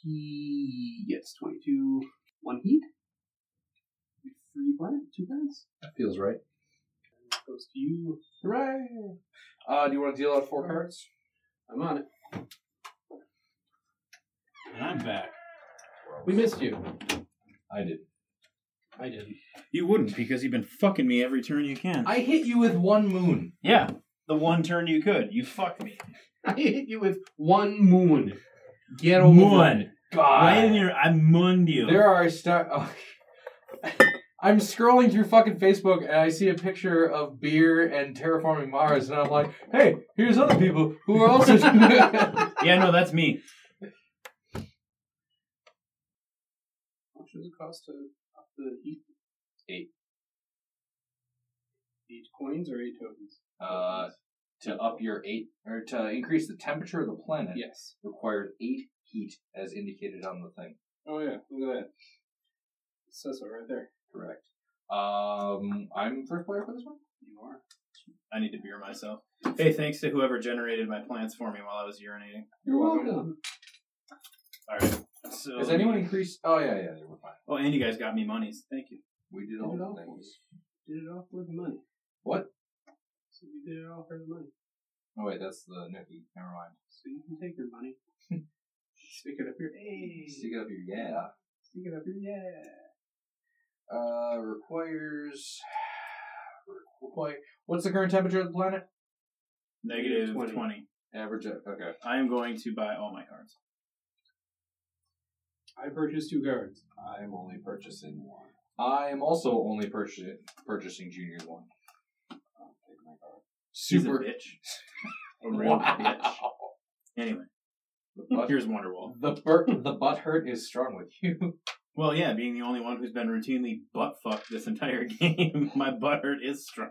He gets 22. One heat. Three plant, two plants.
That feels right.
Goes to you.
Hooray! Uh, do you want to deal out four cards?
I'm on it.
And I'm back.
We missed you.
I did.
I didn't.
You wouldn't because you've been fucking me every turn you can.
I hit you with one moon.
yeah, the one turn you could. You fucked me.
I hit you with one moon. Get over it.
Moon.
God.
Right in your. I mooned you.
There are star. I'm scrolling through fucking Facebook and I see a picture of beer and terraforming Mars, and I'm like, hey, here's other people who are also.
yeah, no, that's me.
How much does it cost to up the heat?
Eight.
Eight coins or eight tokens?
Uh, to up your eight or to increase the temperature of the planet
Yes.
required eight heat as indicated on the thing.
Oh yeah, look at that. It says so right there.
Correct. Um, I'm first player for this one.
You are.
I need to beer myself. Hey, thanks to whoever generated my plants for me while I was urinating.
You're
welcome.
All right. So.
Has anyone increased? Oh yeah, yeah, they were fine.
Oh, and you guys got me monies. Thank you.
We did
Did
all
it all
the
for
things.
you. Did it all for the money.
What?
So you did it all for the money.
Oh wait, that's the nookie. Never mind.
So you can take your money. Stick it up your hey.
Stick it up your yeah.
Stick it up your yeah.
Uh, requires. Require. What's the current temperature of the planet?
Negative
20.
20.
Average. Okay.
I am going to buy all my cards.
I purchased two cards.
I'm only purchasing one.
I am also only purchasing purchasing junior one.
He's a
super.
bitch. A real bitch. Anyway,
The butt,
here's Wonderwall.
the, bur- the butt hurt is strong with you.
Well, yeah, being the only one who's been routinely butt fucked this entire game, my butt hurt is strong.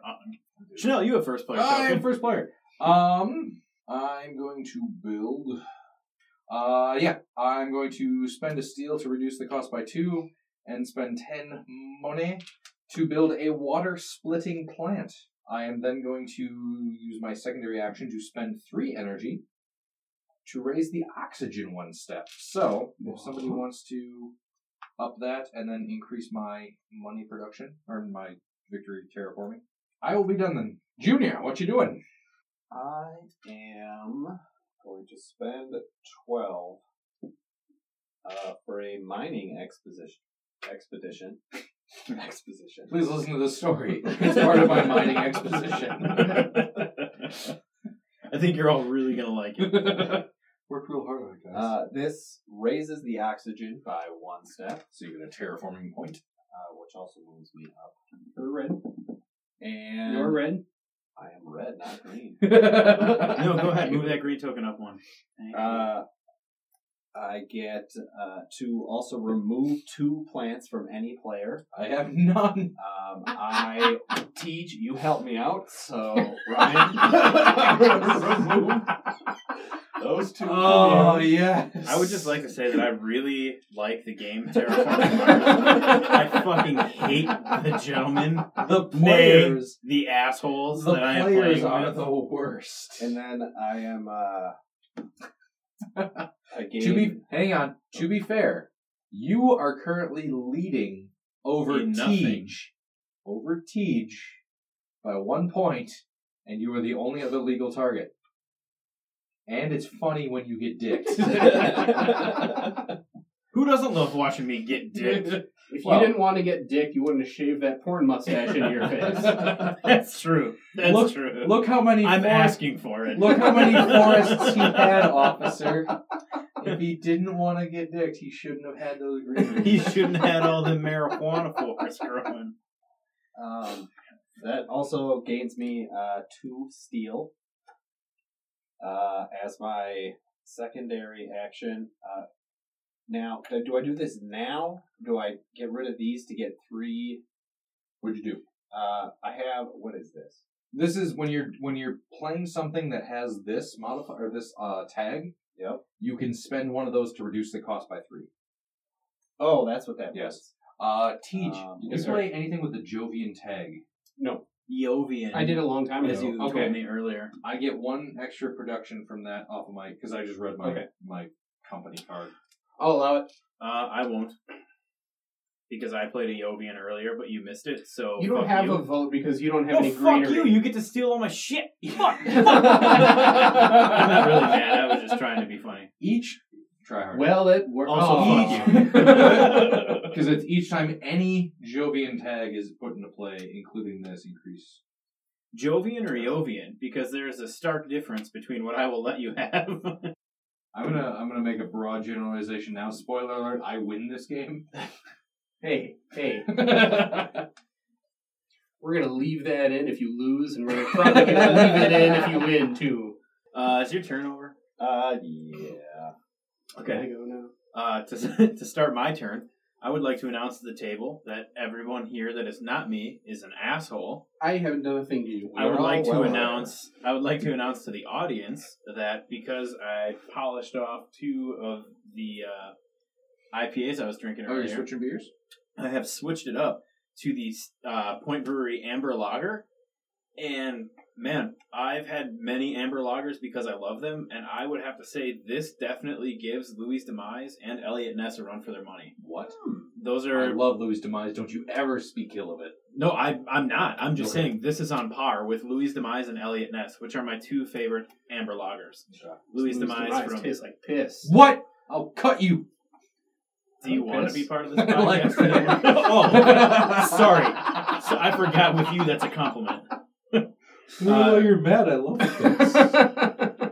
Chanel, you have first player.
I am
token.
Ah, first player. Um, I'm going to build. Uh, yeah, I'm going to spend a steel to reduce the cost by two, and spend ten money to build a water splitting plant. I am then going to use my secondary action to spend three energy to raise the oxygen one step. So, if somebody wants to up that and then increase my money production or my victory terraforming, I will be done then. Junior, what you doing?
I am going to spend 12 uh, for a mining exposition. Expedition. exposition.
Please listen to this story. It's part of my mining exposition.
I think you're all really gonna like it.
Worked real hard on it, guys.
Uh, this raises the oxygen by one step,
so you get a terraforming point.
uh, which also moves me up. You're red. And
You're red.
I am red, not green.
No, go ahead, move that green token up one. Thank you.
Uh, I get uh, to also remove two plants from any player.
I have none.
Um, I teach. You help me out, so Ryan, remove those two.
Oh
plants.
yes.
I would just like to say that I really like the game Terraforming Mars. I fucking hate the gentlemen,
the
nay,
players.
the assholes
the
that I am
players
playing
are
with.
the worst.
And then I am uh, again.
to be hang on. To be fair, you are currently leading over
In nothing.
Tej, over Tej, by one point, and you are the only other legal target. And it's funny when you get dicked.
Who doesn't love watching me get dicked?
If
Well-
you didn't want to get dick, you wouldn't have shaved that porn mustache into your face.
That's true. That's
Look-
true.
Look how many
I'm
forests.
asking for it.
Look how many forests he had, officer. If he didn't want to get dicked, he shouldn't have had those
he
greeneries.
shouldn't have had all the marijuana forests growing.
um, that also gains me uh, two steel uh, as my secondary action. Uh, now, do I do this now? Do I get rid of these to get three?
What'd you do?
Uh, I have what is this?
This is when you're when you're playing something that has this modifier or this uh, tag.
Yep.
You can spend one of those to reduce the cost by three.
Oh, that's what that
Yes.
was.
Uh, Teach,
Um,
did you
yes, sir.
play anything with the Jovian tag?
No,
Jovian.
I did a long time
as
ago.
you
Okay.
told me earlier.
I get one extra production from that off of my because I just read my
Okay.
my company card.
I'll allow it.
Uh, I won't. Because I played a Jovian earlier, but you missed it, so.
You don't
Oh, fuck
have
you.
a vote because you don't have
Oh,
any
fuck
greenery.
you! You get to steal all my shit! Fuck! I'm not really mad. I was just trying to be funny.
Each try hard.
Well, it worked.
Also,
Oh.
fuck you.
Because it's each time any Jovian tag is put into play, including this increase.
Jovian or Jovian? Because there is a stark difference between what I will let you have.
I'm gonna I'm gonna make a broad generalization now. Spoiler alert: I win this game. Oh,
Hey, hey. We're gonna leave that in if you lose, and we're probably gonna leave it in if you win too.
uh, it's your turnover.
Uh, yeah.
I go now.
Uh, to, to start my turn, I would like to announce to the table that everyone here that is not me is an asshole.
I haven't done a thing to you.
I would
We're all
like to
well aware.
announce. I would like to announce to the audience that because I polished off two of the uh, IPAs I was
Oh,
drinking
Are you
earlier,
switching beers?
I have switched it up to the uh, Point Brewery Amber Lager, and man, I've had many Amber Lagers because I love them, and I would have to say this definitely gives Louis Demise and Elliot Ness a run for their money.
What?
Those
I
are
love Louis Demise. Don't you ever speak ill of it.
no, I I'm not. I'm just
Okay.
saying this is on par with Louis Demise and Elliot Ness, which are my two favorite amber lagers. Louis, Demise, from
tastes like piss.
What? I'll cut you.
Do you
I'm
want to
pissed.
be part of this podcast?
Like-
oh, sorry. So I forgot with you that's a compliment.
Even
Oh,
though you're mad, I love this.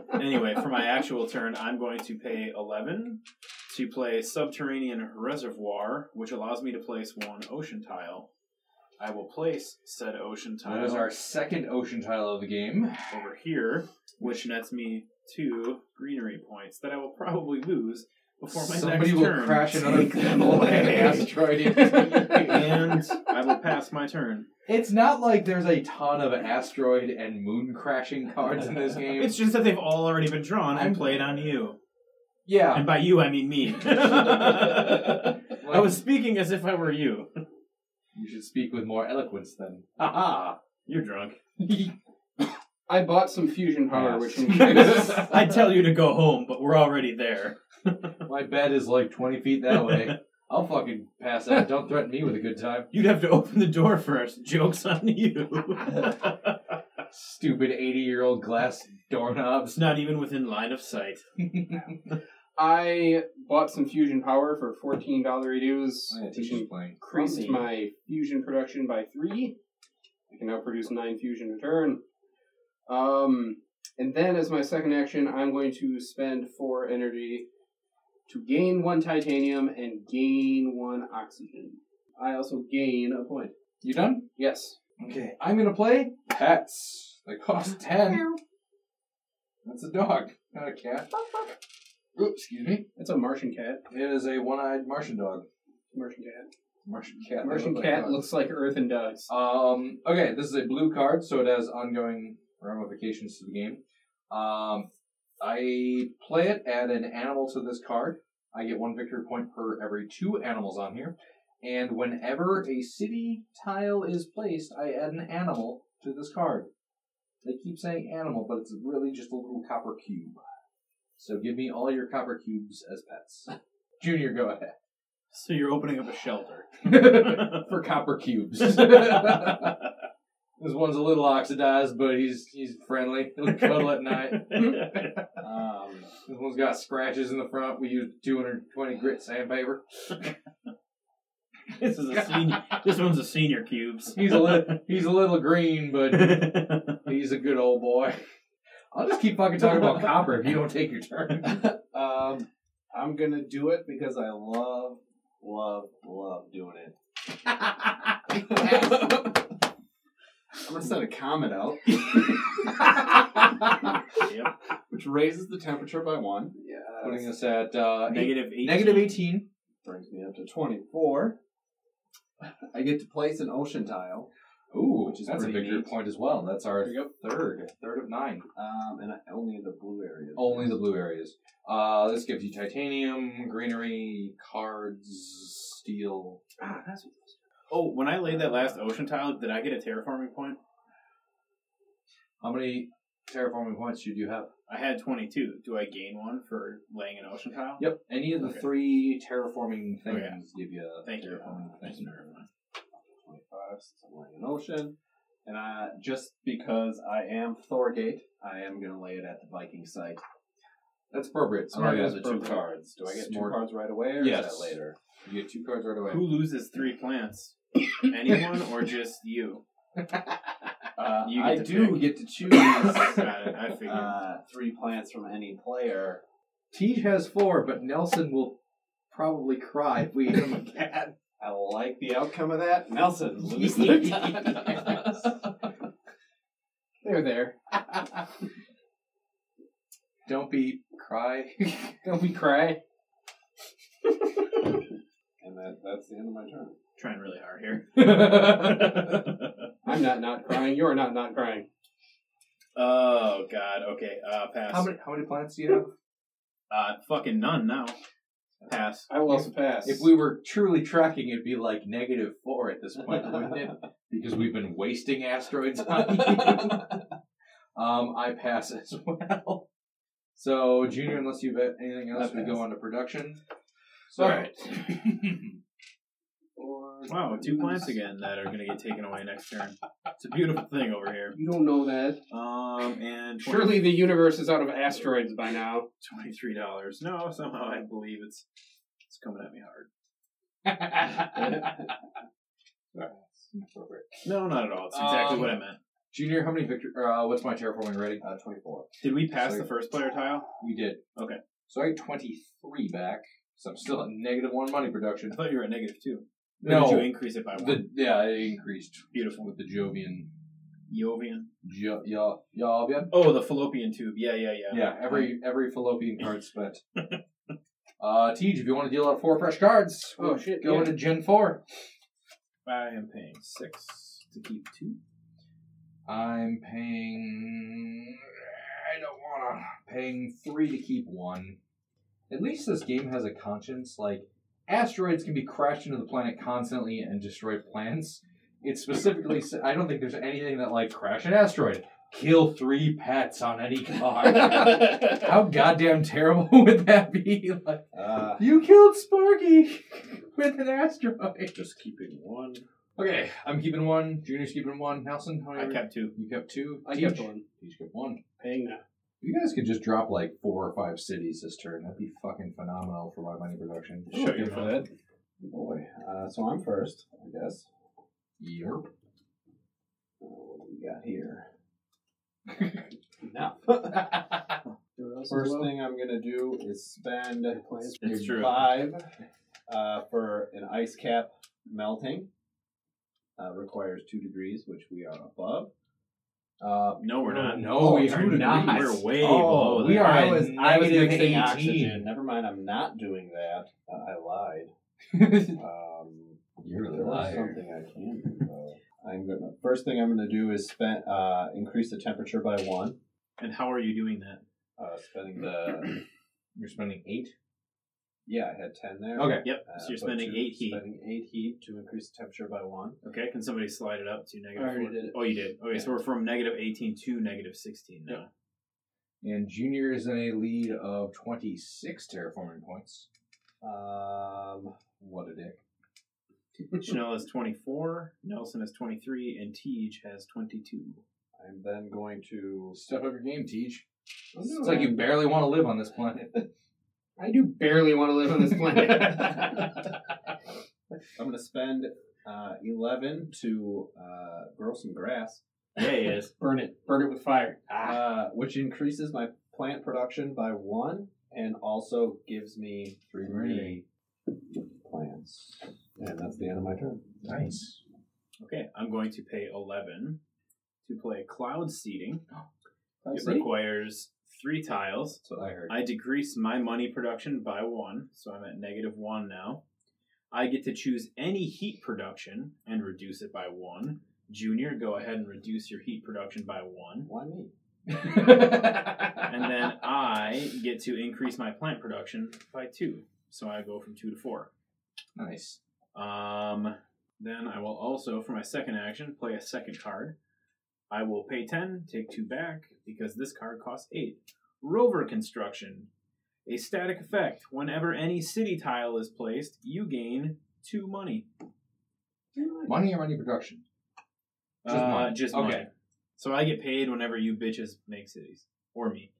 Anyway, for my actual turn, I'm going to pay 11 to play Subterranean Reservoir, which allows me to place one ocean tile. I will place said ocean
That
tile
is our second ocean tile of the game.
over here, which nets me two greenery points that I will probably lose before my
Somebody
next
will
turn.
crash another
Take them
little
away.
asteroid. in.
and I will pass my turn.
it's not like there's a ton of asteroid and moon crashing cards in this game.
It's just that they've all already been drawn and
I'm-
played on you.
yeah.
And by you, I mean me. I
like-
was speaking as if I were you.
You should speak with more eloquence then. Aha!
You're drunk.
I bought some fusion power, which
Yes.
includes
I'd tell you to go home, but we're already there.
My bed is like 20 feet that way. I'll fucking pass out. Don't threaten me with a good time.
You'd have to open the door first. Joke's on you.
Stupid 80 year old glass doorknobs.
it's not even within line of sight.
I bought some fusion power for fourteen dollar dues,
Oh, yeah,
which
teacher's playing.
increased
Crazy.
my fusion production by three. I can now produce nine fusion a turn. Um, and then as my second action, I'm going to spend four energy to gain one titanium and gain one oxygen. I also gain a point.
You done?
Yes.
Okay, I'm gonna play pets. They cost 10. That's a dog, not a cat. Oops, excuse me.
It's a Martian cat.
It is a one eyed Martian dog.
Martian cat.
Martian cat. they
Martian
look like
cat
dogs.
looks like Earth and dogs.
Um, okay, this is a blue card, so it has ongoing ramifications to the game. Um, I play it, add an animal to this card. I get one victory point per every two animals on here. And whenever a city tile is placed, I add an animal to this card. They keep saying animal, but it's really just a little copper cube. So give me all your copper cubes as pets. Junior, go
So you're opening up a shelter.
ahead. for copper cubes. this one's a little oxidized, but he's he's friendly. He'll cuddle at night. Um, this one's got scratches in the front. We used 220 grit sandpaper.
this is a senior. This one's a senior cubes.
He's a little he's a little green, but he's a good old boy. I'll just keep fucking talking about copper if you don't take your turn.
Um, I'm gonna do it because I love, love, love doing it. I'm gonna send a comet out,
Yep.
which raises the temperature by one.
Putting us at uh, eight,
Negative eight.
negative 18.
Brings me up to 24. I get to place an ocean tile,
Ooh,
Which is
that's a
pretty
victory
neat.
point as well. That's our
There you
third, third of nine.
um, and I, only in the blue area.
Oh,
Only the blue areas. Uh, this gives you titanium, greenery, cards, steel.
Ah, that's what those- Oh, when I laid that last ocean tile, did I get a terraforming point?
How many terraforming points should you have?
I had 22. Do I gain one for laying an ocean tile?
Yep. Any of the
Okay.
three terraforming things
Oh, yeah.
give you a
Thank you.
terraforming
Thank
thing.
you very much.
25, since I'm laying an ocean. And I, just because I am Thorgate, I am going to lay it at the Viking site.
That's appropriate.
Oh,
So I
Smart
got
guys
the
are
two
two cards.
cards. Do I get
Smart.
two cards right away or
Yes.
is that later?
You get two cards right away.
Who loses three plants? Anyone or just you?
Uh,
You get
I
to
do
pick.
get to
Got
choose
it. I figured.
uh, three plants from any player.
Teej has four, but Nelson will probably cry if we hit him again.
I like the outcome of that. Nelson lose their time.
They're there.
Don't be cry.
Don't we cry?
and that, that's the end of my turn.
Trying really hard here.
I'm not not crying. You're not not crying.
oh God. Okay. Uh, pass.
how many how many plants do you have?
Uh, fucking none now. Pass.
I will also pass.
If we were truly tracking, it'd be like negative four at this point, wouldn't it? Because we've been wasting asteroids on you. um, I pass as well. So, Junior, unless you've got anything else,
I
we go
pass.
on to production. So,
all right.
Wow, two plants again that are gonna get taken away next turn. It's a beautiful thing over here.
You don't know that.
Um, and 20
Surely the universe is out of asteroids by now.
twenty-three dollars. No, somehow I believe it's it's coming at me hard. No, not at all. It's exactly
Um,
what I meant.
Junior, how many victory? Uh, what's my terraforming rating?
Uh, 24.
Did we pass
so-
the first player tile?
We did.
Okay.
So I get 23 back. So I'm still at negative one money
I
production.
thought you were at negative two. Or did you
No,
increase it by one?
the, yeah, it increased
Beautiful.
with the Jovian.
Jovian.
Jo, jo, Jovian?
Oh, the fallopian tube. Yeah, yeah, yeah.
Yeah, every every fallopian card spent. uh, Tej, if you want to deal out four fresh cards,
Oh, shit,
go
yeah.
into Gen 4.
I am paying six to keep two.
I'm paying. I don't want to. Paying three to keep one. At least this game has a conscience. Like, asteroids can be crashed into the planet constantly and destroy planets. It specifically. sa- I don't think there's anything that, like, crash an asteroid, kill three pets on any car. How goddamn terrible would that be? Like,
Uh,
you killed Sparky with an asteroid.
Just keeping one.
Okay, I'm keeping one. Junior's keeping one. Nelson, how
I
many?
kept two.
You kept two.
I kept
Teach?
one.
Teach kept one.
Paying now.
You guys could just drop like four or five cities this turn. That'd be fucking phenomenal for my money production.
Shut your mouth.
that.
boy. Uh, so I'm first, I guess.
Yep.
Uh, what do we got here? First
First thing.
thing I'm gonna do is spend
It's true.
five uh, for an ice cap melting. Uh, requires two degrees, which we are above. Uh,
No, we're not.
No,
Oh,
we
two
are not.
We're way
oh,
below
we
that.
are
I was, I was
negative
mixing
18.
oxygen. Never mind, I'm not doing that. Uh, I lied. Um,
You're a
there was
liar.
something I can do. Though. I'm gonna. First thing I'm gonna do is spend uh, increase the temperature by one.
And how are you doing that?
Uh, spending the
You're spending eight.
yeah, I had ten there. Uh,
Okay.
Yep. So you're
but
spending
two-
eight heat.
Spending eight heat to increase the temperature by one.
Okay. Can somebody slide it up to negative?
I already
four?
did it.
Oh, you did. Okay, so we're from negative eighteen to negative sixteen now.
And Junior is in a lead of 26 terraforming points.
Um,
What a dick.
Chanel is twenty four. Nelson is twenty three, and Tej has twenty two.
I'm then going to.
Step up your game, Teach.
Oh,
It's
no,
like you
I'm-
barely want to live on this planet.
I do barely want to live on this planet.
I'm gonna spend uh, eleven to uh, grow some grass,
Yeah, he is.
Burn it. Burn it with fire.
Ah.
uh, which increases my plant production by one, and also gives me three,
Three.
plants. And that's the end of my turn.
Nice.
Okay, I'm going to pay eleven to play cloud seeding.
That's
It requires three tiles.
That's what I heard.
I decrease my money production by one, so I'm at negative one now. I get to choose any heat production and reduce it by one. Junior, go ahead and reduce your heat production by one.
Why me?
And then I get to increase my plant production by two, so I go from two to four.
nice.
Um, then I will also, for my second action, play a second card. I will pay 10, take 2 back, because this card costs 8. Rover Construction. A static effect. Whenever any city tile is placed, you gain 2 money.
Money or money production? Just
Uh,
money.
Just
Okay.
money. So I get paid whenever you bitches make cities. Or me.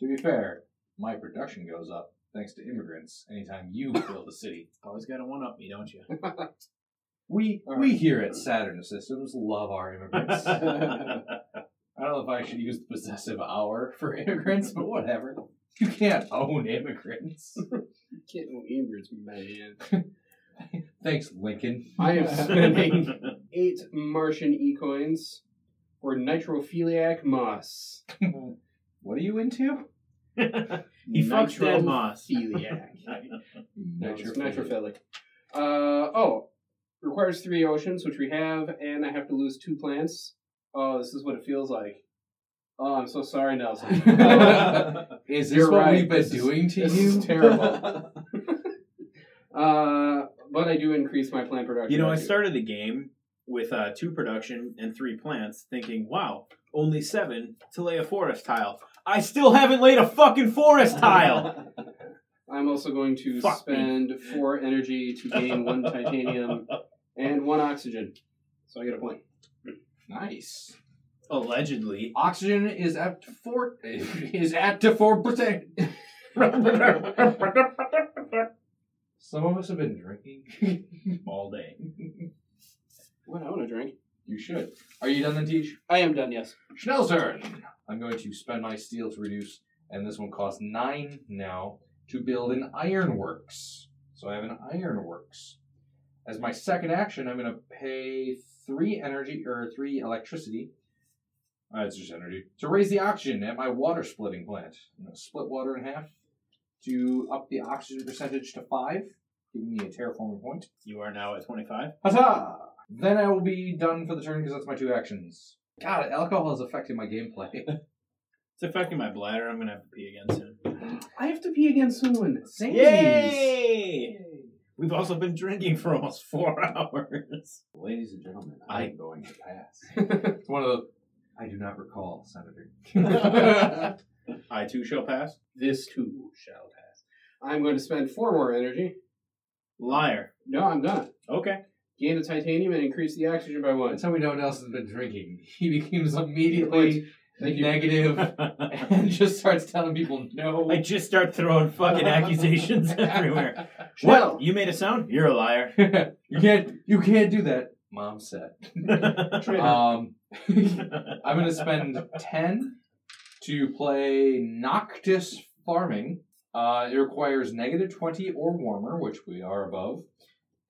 To be fair, my production goes up thanks to immigrants anytime you build a city.
Always got to one up me, don't you?
We
All
we
right.
here at Saturn Systems love our immigrants. I don't know if I should use the possessive hour for immigrants, but whatever. You can't own immigrants.
Get no Ingrid's man.
Thanks, Lincoln.
I am spending eight Martian e coins for nitrophiliac moss.
What are you into?
he fucks dead moss.
Nitrophiliac. No, it's
Nitrophilic.
nitrophilic. Uh, oh, requires three oceans, which we have, and I have to lose two plants. Oh, this is what it feels like. Oh, I'm so sorry, Nelson.
Is this
You're
what
right.
we've been
This is-
doing to
this
you?
is terrible. Uh, but I do increase my plant production.
You know, I
by two.
started the game with uh, two production and three plants, thinking, "Wow, only seven to lay a forest tile." I still haven't laid a fucking forest tile.
I'm also going to
Fuck me.
spend four energy to gain one titanium and one oxygen. So I get a point.
Nice.
Allegedly,
Oxygen is at four is at to four percent. Some of us have been drinking.
all day.
What I want to drink.
you should. Are you done then, Teach?
I am done. Yes.
Schnellzern! I'm going to spend my steel to reduce, and this one costs nine now to build an ironworks. So I have an ironworks. As my second action, I'm going to pay three energy or three electricity. Uh, it's just energy to raise the oxygen at my water splitting plant. I'm going to split water in half to up the oxygen percentage to five, giving me a terraforming point.
You are now at 25.
Huzzah! Then I will be done for the turn because that's my two actions. God, alcohol is affecting my gameplay.
It's affecting my bladder. I'm going to have to pee again soon.
I have to pee again soon.
Same.
Yay! We've also been drinking for almost four hours.
Ladies and gentlemen,
I-
I'm going to pass.
It's one of those. I do not recall, Senator.
I too shall pass.
This too shall pass. I'm going to spend four more energy.
Liar.
No, I'm done.
Okay.
Gain the titanium and increase the oxygen by one.
That's how we know what else has been drinking. He becomes immediately
Thank you.
negative
I
and just starts telling people no.
just start throwing fucking accusations everywhere.
Chanel,
What? You made a sound? You're a liar.
you can't. You can't do that. Mom said. Um, I'm going to spend 10 to play Noctis Farming. Uh, it requires negative 20 or warmer, which we are above.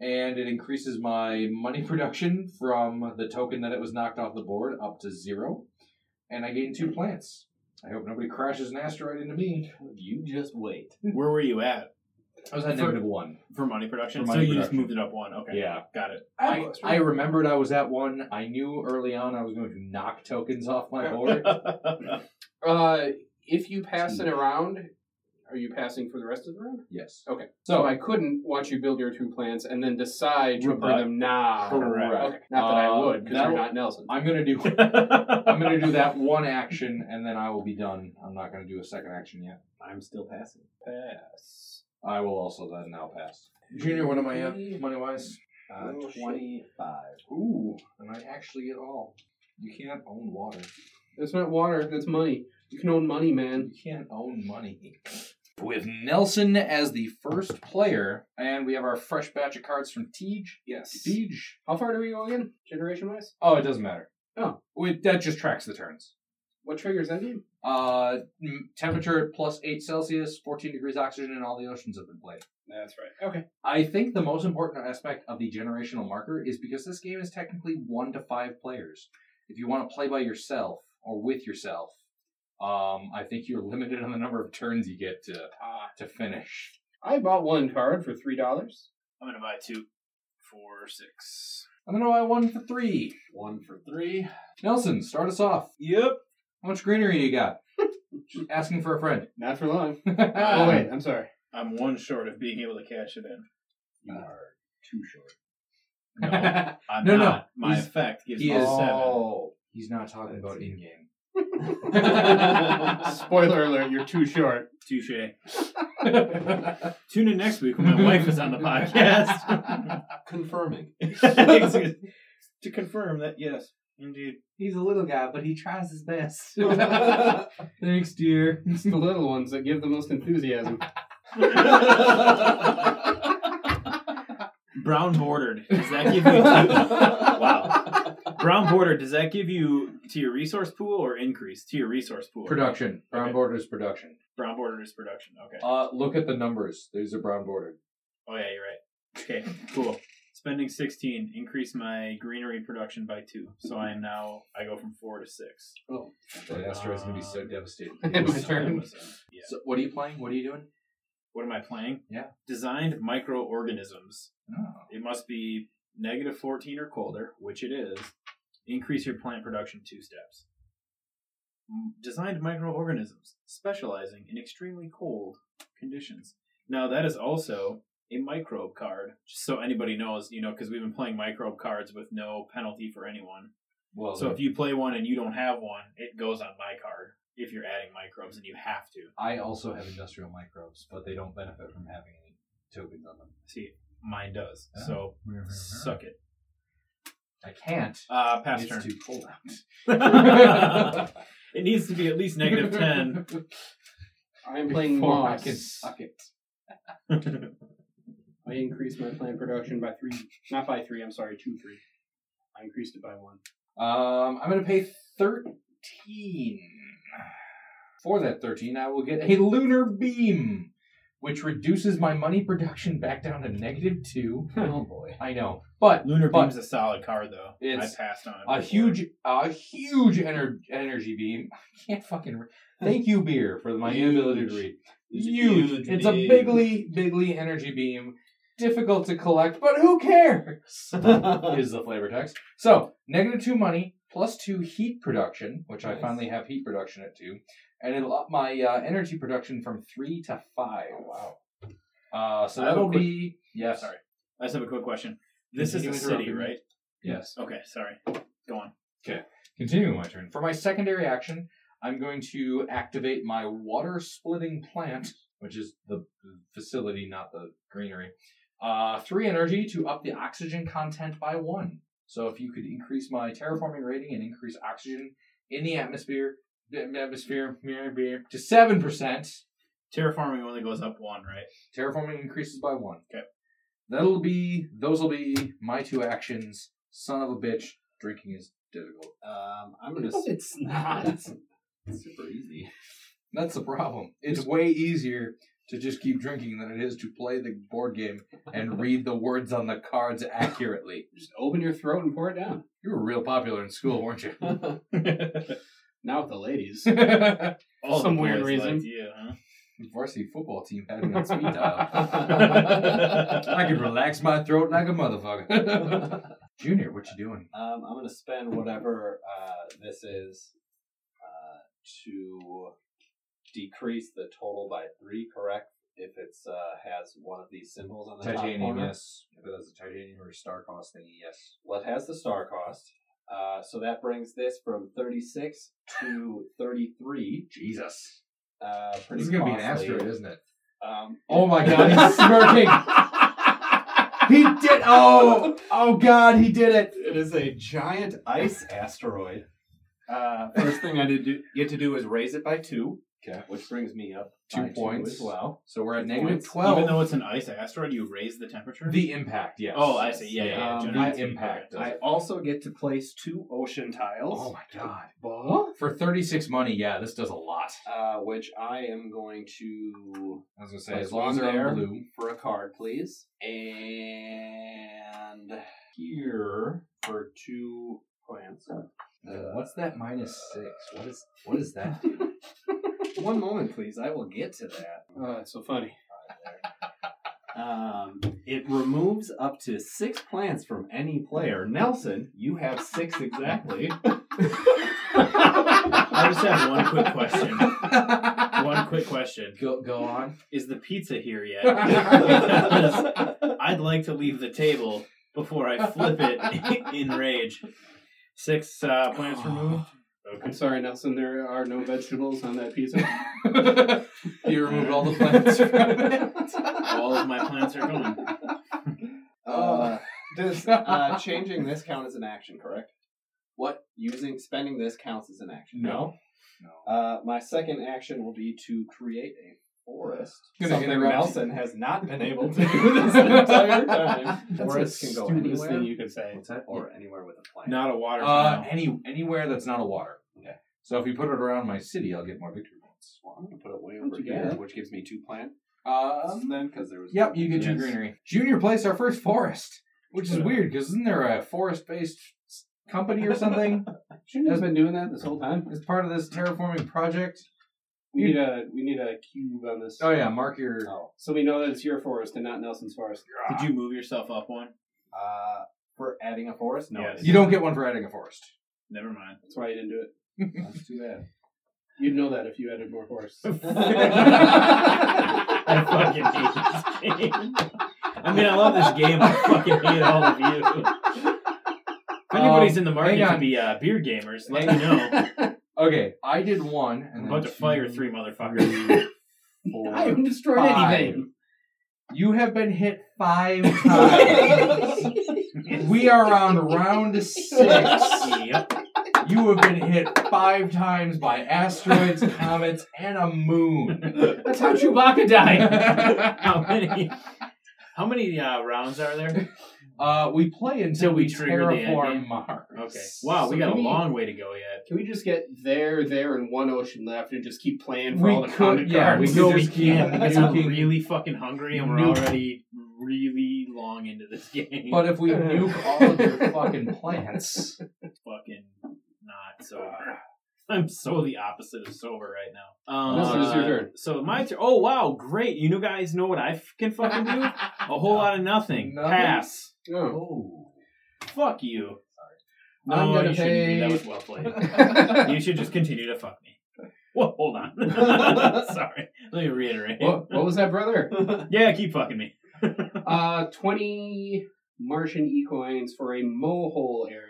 And it increases my money production from the token that it was knocked off the board up to zero. And I gain two plants. I hope nobody crashes an asteroid into me.
you just wait.
Where were you at
I was at
For-
negative one.
for money production?
For
so
money
you just
production.
moved it up one. Okay.
Yeah.
Got it.
I have a
I,
question.
I remembered I was at one. I knew early on I was going to knock tokens off my board.
Uh, if you pass it around, are you passing for the rest of the round?
yes.
Okay.
So,
So I couldn't watch you build your two plants and then decide to burn
Rebut.
them now.
Correct.
Okay. Not that I
Uh,
would, because
that
you're
will-
not Nelson.
I'm going to do I'm gonna do that one action and then I will be done. I'm not gonna do a second action yet.
I'm still passing.
Pass.
I will also then now pass. Junior, what am I at money wise?
Uh,
Oh, shit.
25.
Ooh, and I actually get all. You can't own water.
That's not water. That's money. You can own money, man.
You can't own money. With Nelson as the first player, and we have our fresh batch of cards from Tej.
Yes.
Tej.
How far do we go again, generation wise?
Oh, it doesn't matter.
Oh.
Wait, that just tracks the turns.
What triggers that game?
Uh, m- temperature at plus eight Celsius, fourteen degrees oxygen, and all the oceans have been played.
That's right. Okay.
I think the most important aspect of the generational marker is because this game is technically one to five players. If you want to play by yourself or with yourself, um, I think you're limited on the number of turns you get to
Ah.
to finish.
I bought one card for three dollars.
I'm going to buy two, four, six.
I'm gonna buy one for three.
One for three.
Nelson, start us off.
Yep.
How much greenery you got? Just asking for a friend.
Not for long. oh wait, I'm sorry.
I'm one short of being able to cash it in.
You are too short.
No, I'm
No, no.
not. My
He's-
effect gives
he
me
is-
seven.
He's not talking about in game.
Spoiler alert: You're too short.
Touche. Tune in next week when my wife is on the podcast.
Confirming.
to confirm that, yes, indeed.
He's a little guy, but he tries his best.
All
Thanks, dear.
It's the little ones that give the most enthusiasm.
Brown bordered. Does that give you two? wow. Brown bordered. Does that give you to your resource pool or increase to your resource pool?
Production. Brown
Okay.
Borders production.
Brown bordered is production. Okay.
Uh, look at the numbers. There's a brown border.
Oh yeah, you're right. Okay, cool. Spending sixteen, increase my greenery production by two, so I am now I go from four to six.
That asteroid's gonna be so devastated.
My turn.
uh, Yeah.
So, what are you playing? What are you doing?
What am I playing?
Yeah.
Designed microorganisms.
Oh.
It must be negative fourteen or colder, which it is. Increase your plant production two steps. M- Designed microorganisms specializing in extremely cold conditions. Now that is also a microbe card, just so anybody knows, you know, because we've been playing microbe cards with no penalty for anyone.
Well,
So if you play one and you don't have one, it goes on my card if you're adding microbes and you have to.
I also have industrial microbes, but they don't benefit from having any tokens on them.
See, mine does.
Oh.
So
Uh-huh.
suck it.
I can't.
Uh pass
it's
turn.
too cold out.
it needs to be at least negative ten.
I'm playing
Before I
moss.
can suck it.
I increased my plant production by three. Not by three. I'm sorry, two three. I increased it by one.
Um, I'm gonna pay thirteen. For that thirteen, I will get a lunar beam, which reduces my money production back down to negative two.
Oh boy.
I know, but
Lunar
But-
Beam's a solid card, though.
It's
I passed on it
a
before.
huge, a huge ener- energy beam. I can't fucking. Re- Thank you, beer, for my inability to
Huge.
read.
It's a
Huge.
huge
It's a
beam.
bigly, bigly energy beam. Difficult to collect, but who cares? is the flavor text. So negative two money plus two heat production, which I
Nice.
finally have heat production at two, and it'll up my uh, energy production from three to five.
wow.
Uh, so
Oh, I have a
that'll
quick-
be yes,
Sorry. I just have a quick question. This is
Continue
the city,
interrupting.
right?
yes.
Okay, sorry. Go on.
Continuing my turn. For my secondary action, I'm going to activate my water splitting plant, which is the facility, not the greenery. Uh, three energy to up the oxygen content by one. So if you could increase my terraforming rating and increase oxygen in the atmosphere, the atmosphere to seven percent,
Terraforming only goes up one, right?
terraforming increases by one.
Okay.
That'll be those will be my two actions. Son of a bitch, drinking is difficult.
Um, I'm gonna.
No,
s-
it's not.
It's super easy.
That's the problem. It's way easier to just keep drinking than it is to play the board game and read the words on the cards accurately.
Just open your throat and pour it down.
You were real popular in school, weren't you?
Not with the ladies.
All
Some
the
weird
boys
reason.
liked you, huh?
Varsity football team had me on speed dial.
um,
I could relax my throat like a motherfucker. Junior, what you doing?
Um, I'm gonna spend whatever uh, this is uh, to decrease the total by three. Correct. If it's uh, has one of these symbols on the top corner.
yes. If it has a titanium or a star cost thingy, yes.
Well, it has the star cost. Uh, so that brings this from 36 to 33.
Jesus.
Uh, pretty
This is going to be an
costly.
asteroid, isn't it?
Um,
Oh my god, he's smirking! He did! Oh! Oh god, he did it!
It is a giant ice asteroid. Uh, first thing I did do, get to do is raise it by two,
Okay.
which brings me up
Two
by
points.
as well.
So we're at
Two
negative
points.
twelve.
Even though it's an ice asteroid, you raise the temperature?
the impact, yes.
oh, I see. Yeah, yeah, yeah.
Um,
Generally,
the
it's-
impact.
I also get to place two ocean tiles,
Oh my god.
Bah.
For thirty six money, yeah, this does a lot.
uh, which I am going to
I was gonna
Place one
they're
there.
blue.
for a card, please. And here for two plants.
Uh, what's that minus six? What is what is that?
One moment, please. I will get to that.
Oh, that's so funny.
Um, it removes up to six plants from any player. Nelson, you have six exactly.
I just have one quick question. One quick question.
go go on.
Is the pizza here yet? Because
Uh,
I'd like to leave the table before I flip it in rage. Six uh, plants removed.
I'm sorry, Nelson. There are no vegetables on that pizza.
you removed all the plants from it.
All of my plants are gone.
Uh, does uh, changing this count as an action? Correct.
What?
using spending this counts as an action?
No.
Uh, my second action will be to create a forest.
Gonna
Something
interrupt you.
Nelson has not been able to do this entire time.
That's
Forests
a
can go
stupid
anywhere,
This thing you could say.
What's that?
or anywhere with a plant.
Not a water.
Uh,
tile.
any anywhere that's not a water.
Okay.
So if you put it around my city, I'll get more victory points.
Well, I'm gonna put it way over
Don't do
here,
that.
which gives me two plants.
Um,
then, because there was
Yep, you get two
Yes.
greenery. Junior placed our first forest, which is weird because isn't there a forest-based s- company or something
Shouldn't you have been doing that this whole time?
as part of this terraforming project?
We need a we need a cube on this,
Oh yeah, mark your.
Oh,
so we know that it's your forest and not Nelson's forest.
Could you move yourself up one?
uh, for adding a forest. No,
Yes.
it's
You don't get one for adding a forest.
Never mind.
That's why you didn't do it.
That's too bad.
You'd know that if you added more forests.
I fucking hate this game. I mean, I love this game. I fucking hate all of you. If anybody's in the market
hang
to
on.
be uh, beer gamers, let me know.
Okay, I did one, and
I'm
then
about to
two,
fire three motherfuckers.
four.
I haven't destroyed anything.
You have been hit five times. we are on round six.
yep.
You have been hit five times by asteroids, comets, and a moon.
That's how Chewbacca died.
How many? How many uh, rounds are there?
Uh, we play until
Till we
we
trigger the end
terraform
game.
Mars.
Okay. Wow, we got a
Three.
long way to go yet.
Can we just get there, there, and one ocean left, and just keep playing for
We
all the
could-
common
yeah,
cards?
we
no,
could
we
just keep
can't because I'm
nuking-
really fucking hungry and we're
Nuke.
already really long into this game.
But if we
Uh.
nuke all of your fucking plants,
fucking not sober. I'm so the opposite of sober right now. Um,
Nelson, it's your turn.
So my turn. Oh wow, great! You know, guys know what I can fucking do? A whole lot of nothing.
Nothing?
Pass.
Oh.
oh,
Fuck you. No,
I'm gonna
you shouldn't do
pay-
that. Was well played. you should just continue to fuck me. Whoa, hold on. Sorry. Let me reiterate.
What, what was that, brother?
Yeah, keep fucking me.
Uh, 20 Martian E coins for a mohole area.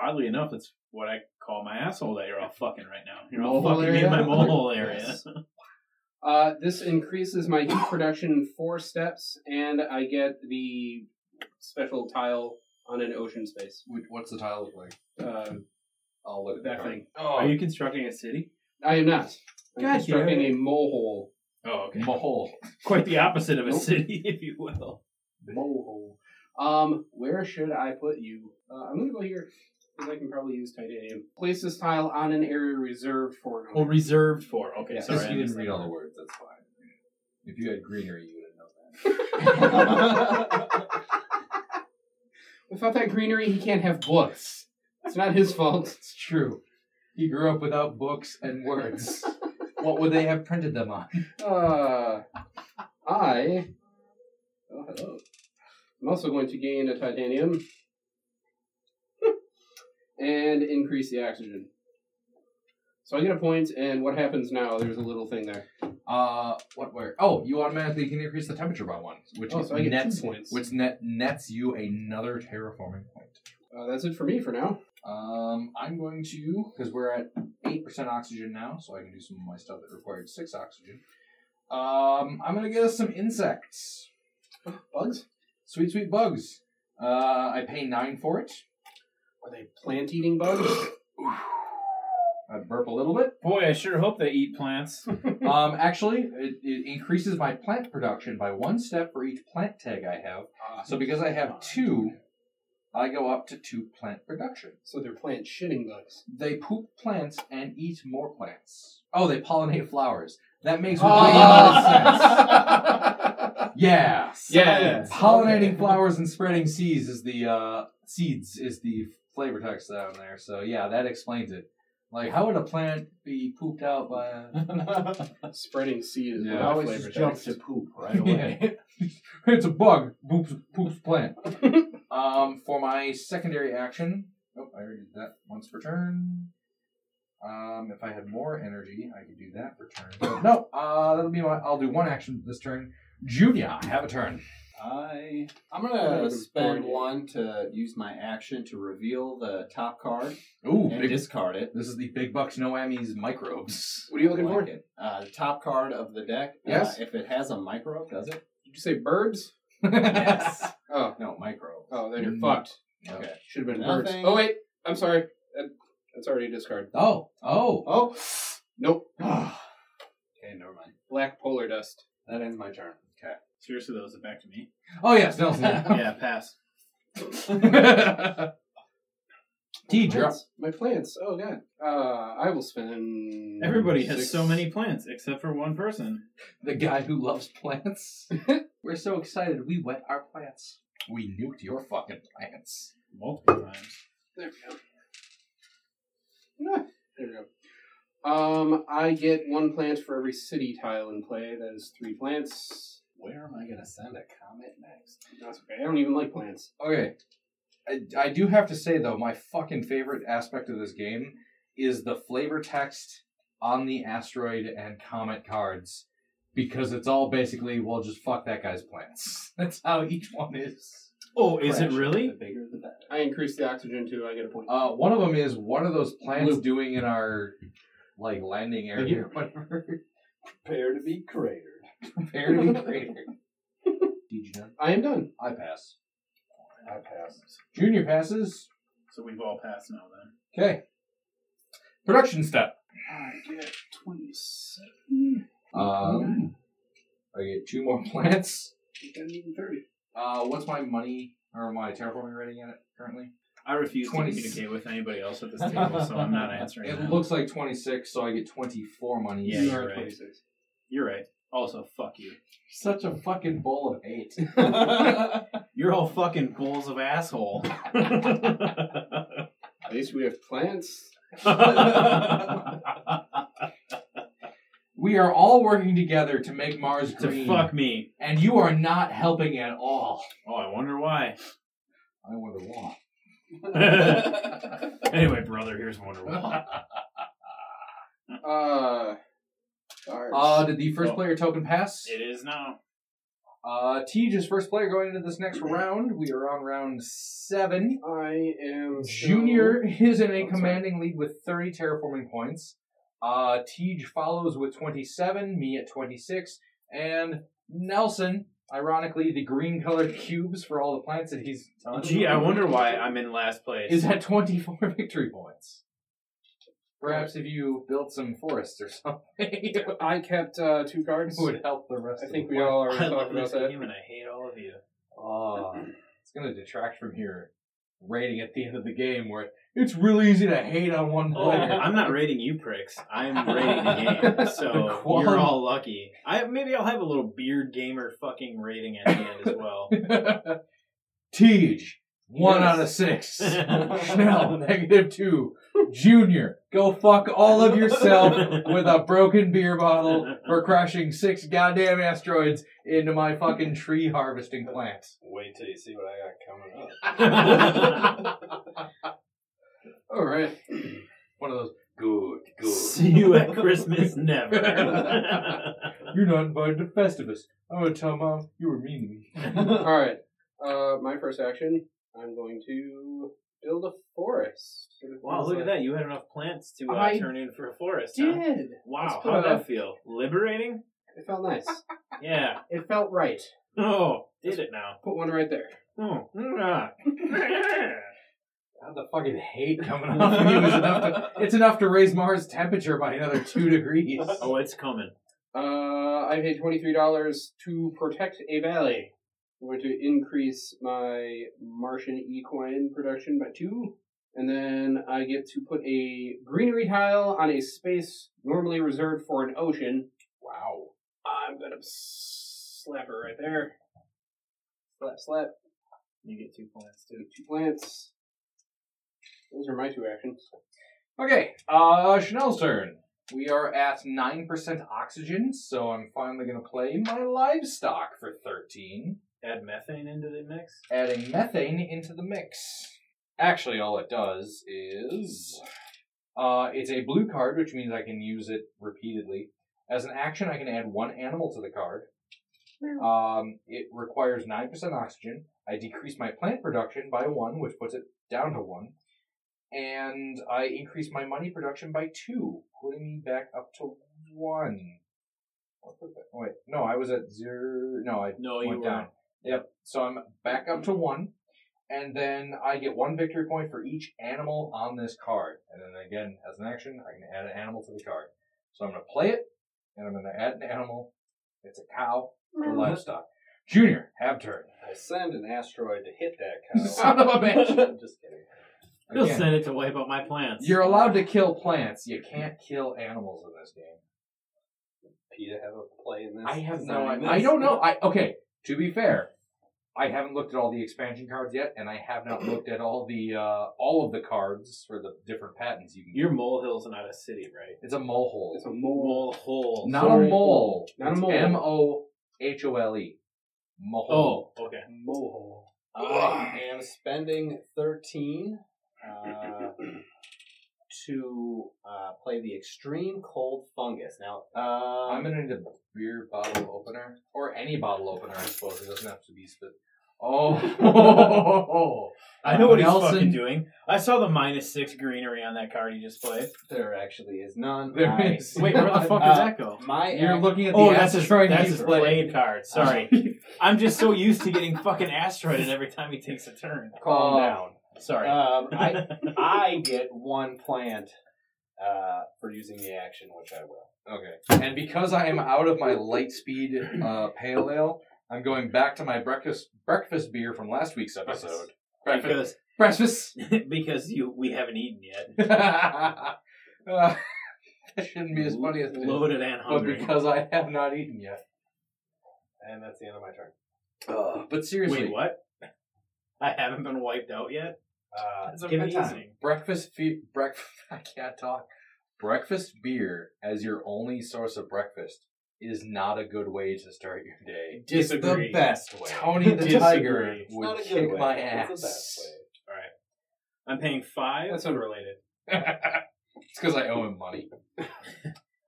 Oddly enough, it's what I call my asshole that you're all fucking right now. You're all
Mole
fucking me
area?
in my mole area.
Yes. Uh, this increases my heat production four steps, and I get the special tile on an ocean space.
Wh- What's the tile look like?
Uh,
I'll look at
that
the card.
thing.
Are
Oh,
you constructing a city?
I am not. I'm
God
constructing
damn
a mohole.
Oh, okay.
Mahol.
Quite the opposite of a
Nope.
city, if you will.
Mohole. Um, where should I put you? Uh, I'm gonna go here because I can probably use titanium. Place this tile on an area reserved for an
Well,
ocean.
reserved for. Okay,
Yeah,
sorry.
just
I
you
missed
didn't read
that
all
part.
the words. That's fine. If you had greenery, you
Mahol.
would have known that.
Without that greenery, he can't have books. It's not his fault.
It's true. He grew up without books and words. what would they have printed them on?
Uh, I. Oh, hello. I'm also going to gain a titanium and increase the oxygen. So I get a point, and what happens now? There's a little thing there.
Uh, what where? Oh, you automatically can increase the temperature by one, which
Oh,
is
so I get
nets,
two points.
which net nets you another terraforming point.
Uh, that's it for me for now.
Um, I'm going to because we're at eight percent oxygen now, so I can do some of my stuff that required six oxygen. Um, I'm gonna get us some insects,
Bugs?
sweet sweet bugs. Uh, I pay nine for it.
Are they plant eating bugs?
I burp a little bit.
Boy, I sure hope they eat plants.
um, actually, it, it increases my plant production by one step for each plant tag I have.
Ah,
So because I have two, I go up to two plant production.
so they're plant shitting bugs.
They poop plants and eat more plants. Oh, they pollinate flowers. That makes way more
Ah!
sense. Yeah.
yeah.
Pollinating
Okay.
flowers and spreading seeds is the uh, seeds is the flavor text down there. So yeah, that explains it. Like, how would a plant be pooped out by a
Spreading seed is
Yeah.
my
I
always
flavor
just jump
text.
to poop right away.
it's a bug. Poops, poops plant. um, for my secondary action, oh, I already did that once per turn. Um, if I had more energy, I could do that per turn. But no, uh, that'll be my. I'll do one action this turn. Junia, have a turn.
I I'm
That
gonna
would've bored
spend
you.
one to use my action to reveal the top card
Ooh,
and
big,
discard it.
this is the big bucks no whammies microbes.
What are you looking
Like
for?
it. Uh, the top card of the deck. uh,
Yes.
if it has a micro, does it?
Did you say birds?
yes.
Oh,
No micro.
oh, then you're
Mm.
fucked.
Okay.
Should have been
Nothing.
birds. Oh wait, I'm sorry. That, that's already a discard.
Oh, oh,
Oh, nope.
okay, never mind.
Black polar dust.
That ends my turn. Okay.
Seriously, though, is it back to me?
oh yes, Nelson.
yeah, pass.
yeah. T, you're up.
Plants. My plants. Oh god. Uh, I will spend.
Everybody has
six-
so many plants except for one person.
The guy who loves plants. We're so excited we wet our plants. We nuked your fucking plants.
Multiple times.
There we go. Ah, There we go. Um, I get one plant for every city tile in play. That is three plants.
Where am I gonna send a comment next?
That's okay. I don't even like plants.
Okay. I, I do have to say, though, my fucking favorite aspect of this game is the flavor text on the asteroid and comet cards because it's all basically, well, just fuck that guy's plants. That's how each one is.
Oh, is it
Fresh. The
really?
bigger the better.
I increase the oxygen too. I get a point.
Uh, one of them is, what are those plants
Blue.
doing in our, like, landing area or whatever?
Prepare to be cratered.
Prepare to be cratered. Did you know?
I am done.
I pass.
I pass.
Junior passes.
So we've all passed now then.
Okay. Production step.
I get twenty-seven.
Hmm.
Um, I get two more plants.
30.
Uh, what's my money or my terraforming rating at it currently?
I refuse
Twenty-
to communicate with anybody else at this table, so I'm not answering.
It
that.
looks like 26, so I get 24 money.
Yeah,
you
you're
are
right.
26.
You're right. Also, fuck you.
Such a fucking bowl of eight.
You're all fucking bowls of asshole.
At least we have plants.
to
we are all working together to make Mars green,
fuck me.
and you are not helping at all.
Oh, I wonder why.
I wonder why.
anyway, brother, here's Wonder Woman.
Uh, darts.
Uh, did the first
Oh.
player token pass?
It is now.
Uh, Tej is first player going into this next round. We are on round seven.
I am still-
Junior is in a
I'm sorry.
commanding lead with 30 terraforming points. Uh, Tej follows with 27, me at 26, and Nelson, ironically, the green colored cubes for all the plants that he's done,
Gee, I wonder why I'm in last place.
is at 24 victory points. Perhaps if you built some forests or something, it
I kept uh, two cards.
would help the rest
I
of
think
the
we all already
I
talked
love
about
this
that.
game and I hate all of you.
Oh, it's going to detract from your rating at the end of the game where it's really easy to hate on one
Oh,
player.
I'm not rating you pricks. I'm rating the game.
The
So
quality.
you're all lucky. I maybe I'll have a little beard gamer fucking rating at the end as well.
Tej, one
Yes.
out of six. Schnell, negative two. Junior, go fuck all of yourself with a broken beer bottle for crashing six goddamn asteroids into my fucking tree harvesting plant.
Wait till you see what I got coming up.
All right.
One of those. Good,
See you at Christmas never.
You're not invited to Festivus. I'm gonna tell mom you were mean to me.
All right. Uh, my first action. I'm going to build a forest.
wow, look at that. You had enough plants to uh,
I
turn in for a forest. huh?
Did
Wow,
Let's put
how'd
a-
that feel? Liberating?
it felt nice?
Yeah.
It felt right.
Oh, did it now.
Put one right there.
Oh, mwah.
God, the fucking hate coming off of you is enough to, it's enough to raise Mars' temperature by another two degrees.
oh, it's coming.
Uh, I paid twenty three dollars to protect a valley. I'm going to increase my Martian equine production by two, and then I get to put a greenery tile on a space normally reserved for an ocean. Wow! I'm gonna slap her right there. Slap, slap.
You get two plants too.
Two plants. Those are my two actions.
Okay, uh, Chanel's turn. We are at 9% oxygen, so I'm finally going to play my livestock for 13,
Add methane into the mix?
adding methane into the mix. Actually, all it does is. Uh, it's a blue card, which means I can use it repeatedly. As an action, I can add one animal to the card. Um, it requires 9% oxygen. I decrease my plant production by 1, which puts it down to 1. And I increase my money production by 2, putting me back up to 1. What the fuck- Wait, no, I was at 0. No, I
No, you
went
were.
down. Yep, so I'm back up to 1. And then I get one victory point for each animal on this card. And then again, as an action, I can add an animal to the card. So I'm going to play it, and I'm going to add an animal. It's a cow for livestock. Junior, have turn.
I send an asteroid to hit that cow.
Son of a bitch.
I'm just kidding.
He'll
Again,
send it to wipe out my plants.
you're allowed to kill plants. You can't kill animals in this game.
PETA have a play in this?
I have no
Designing
idea.
this?
I don't know. I okay. To be fair, I haven't looked at all the expansion cards yet, and I have not looked at all the uh, all of the cards for the different patents you can.
Your molehill's not a city, right?
It's a mohole.
It's a mole.
Molehole.
Not
sorry.
a mole.
Not a mole.
M o h o l e. Mohole.
Oh, okay.
Mole.
I am spending 13 uh, to uh, play the extreme cold fungus. Now,
Oh.
um,
I'm gonna need a beer bottle opener or any bottle opener, I suppose. It doesn't have to be spit. Oh,
I know what
Nelson,
he's fucking doing. I saw the minus six greenery on that card he just played.
there actually is none.
There
I-
is.
Wait, where the fuck does that go?
My
You're
act-
looking at the
Oh, that's his,
asteroid
that's
you
his
played.
played card. Sorry. I'm just so used to getting fucking asteroided every time he takes a turn.
calm
Oh.
down.
Sorry.
Um, I I get one plant uh, for using the action, which I will.
Okay, and because I am out of my light speed uh, pale ale, I'm going back to my breakfast breakfast beer from last week's episode. Breakfast.
because
Breakfast.
because you we haven't eaten yet.
Uh, that shouldn't be as funny as it is,
Loaded and
but
hungry.
because I have not eaten yet.
And that's the end of my turn.
Uh, but seriously,
Wait, what? I haven't been wiped out yet.
Uh,
It's a
give me time.
amazing.
breakfast fe- breakfast I can't talk. Breakfast beer as your only source of breakfast is not a good way to start your day.
Disagree.
It's the best way.
Tony the
Disagree.
Tiger
It's
would
not a good
kick
way.
my
It's
ass.
the best way.
I'm paying five.
That's unrelated.
it's because I owe him money.
I'm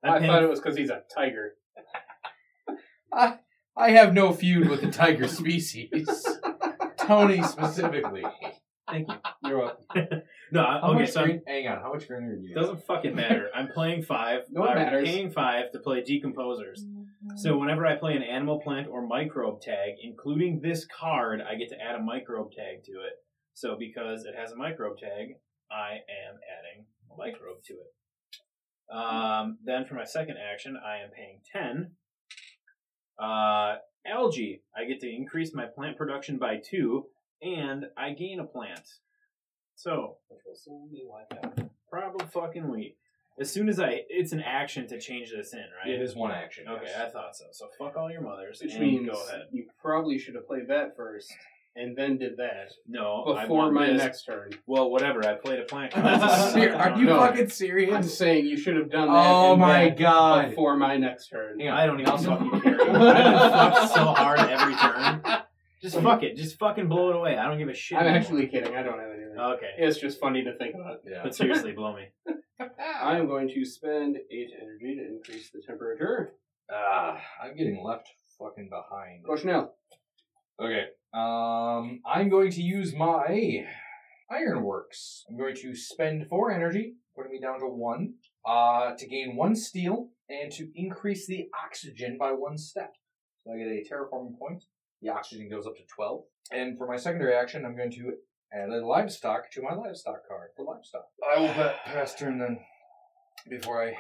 I
paying
thought it was because he's a tiger.
I have no feud with the tiger species. Tony specifically.
Thank you.
You're welcome.
No, I,
How
okay,
much
so I'm-
green, hang on. How much green are you?
it doesn't fucking matter. I'm playing five.
No, it
I'm
matters.
paying five to play decomposers. So whenever I play an animal, plant, or microbe tag, including this card, I get to add a microbe tag to it. So because it has a microbe tag, I am adding a microbe to it. Um, then for my second action, I am paying ten. Uh, algae, I get to increase my plant production by two, and I gain a plant. So
Which will soon be wiped out.
Problem fucking week. As soon as I, it's an action to change this in, right?
It is one action.
Okay,
yes.
I thought so. So fuck all your mothers.
Which
and
means
go ahead.
you probably should have played that first and then did that
No, I
before
want
my
this.
next turn.
Well, whatever. I played a plant. card.
Ser- are you
No.
fucking
I'm
serious?
saying you should have done that.
Oh
and
my
that
god.
Before my next turn.
Hang on.
I don't even fucking care. I've been fucked so hard every turn. Just fuck it. Just fucking blow it away. I don't give a shit.
I'm
anymore.
actually kidding. I don't have anything.
okay.
It's just funny to think about.
Yeah.
But seriously, blow me.
I am going to spend eight energy to increase the temperature.
Ah, I'm getting left fucking behind.
Go Chanel.
Okay. Um, I'm going to use my Ironworks. I'm going to spend four energy, putting me down to one, uh, to gain one steel and to increase the oxygen by one step. So I get a terraforming point. The oxygen goes up to 12. And for my secondary action, I'm going to add a livestock to my livestock card for livestock. I will bet pass turn then before I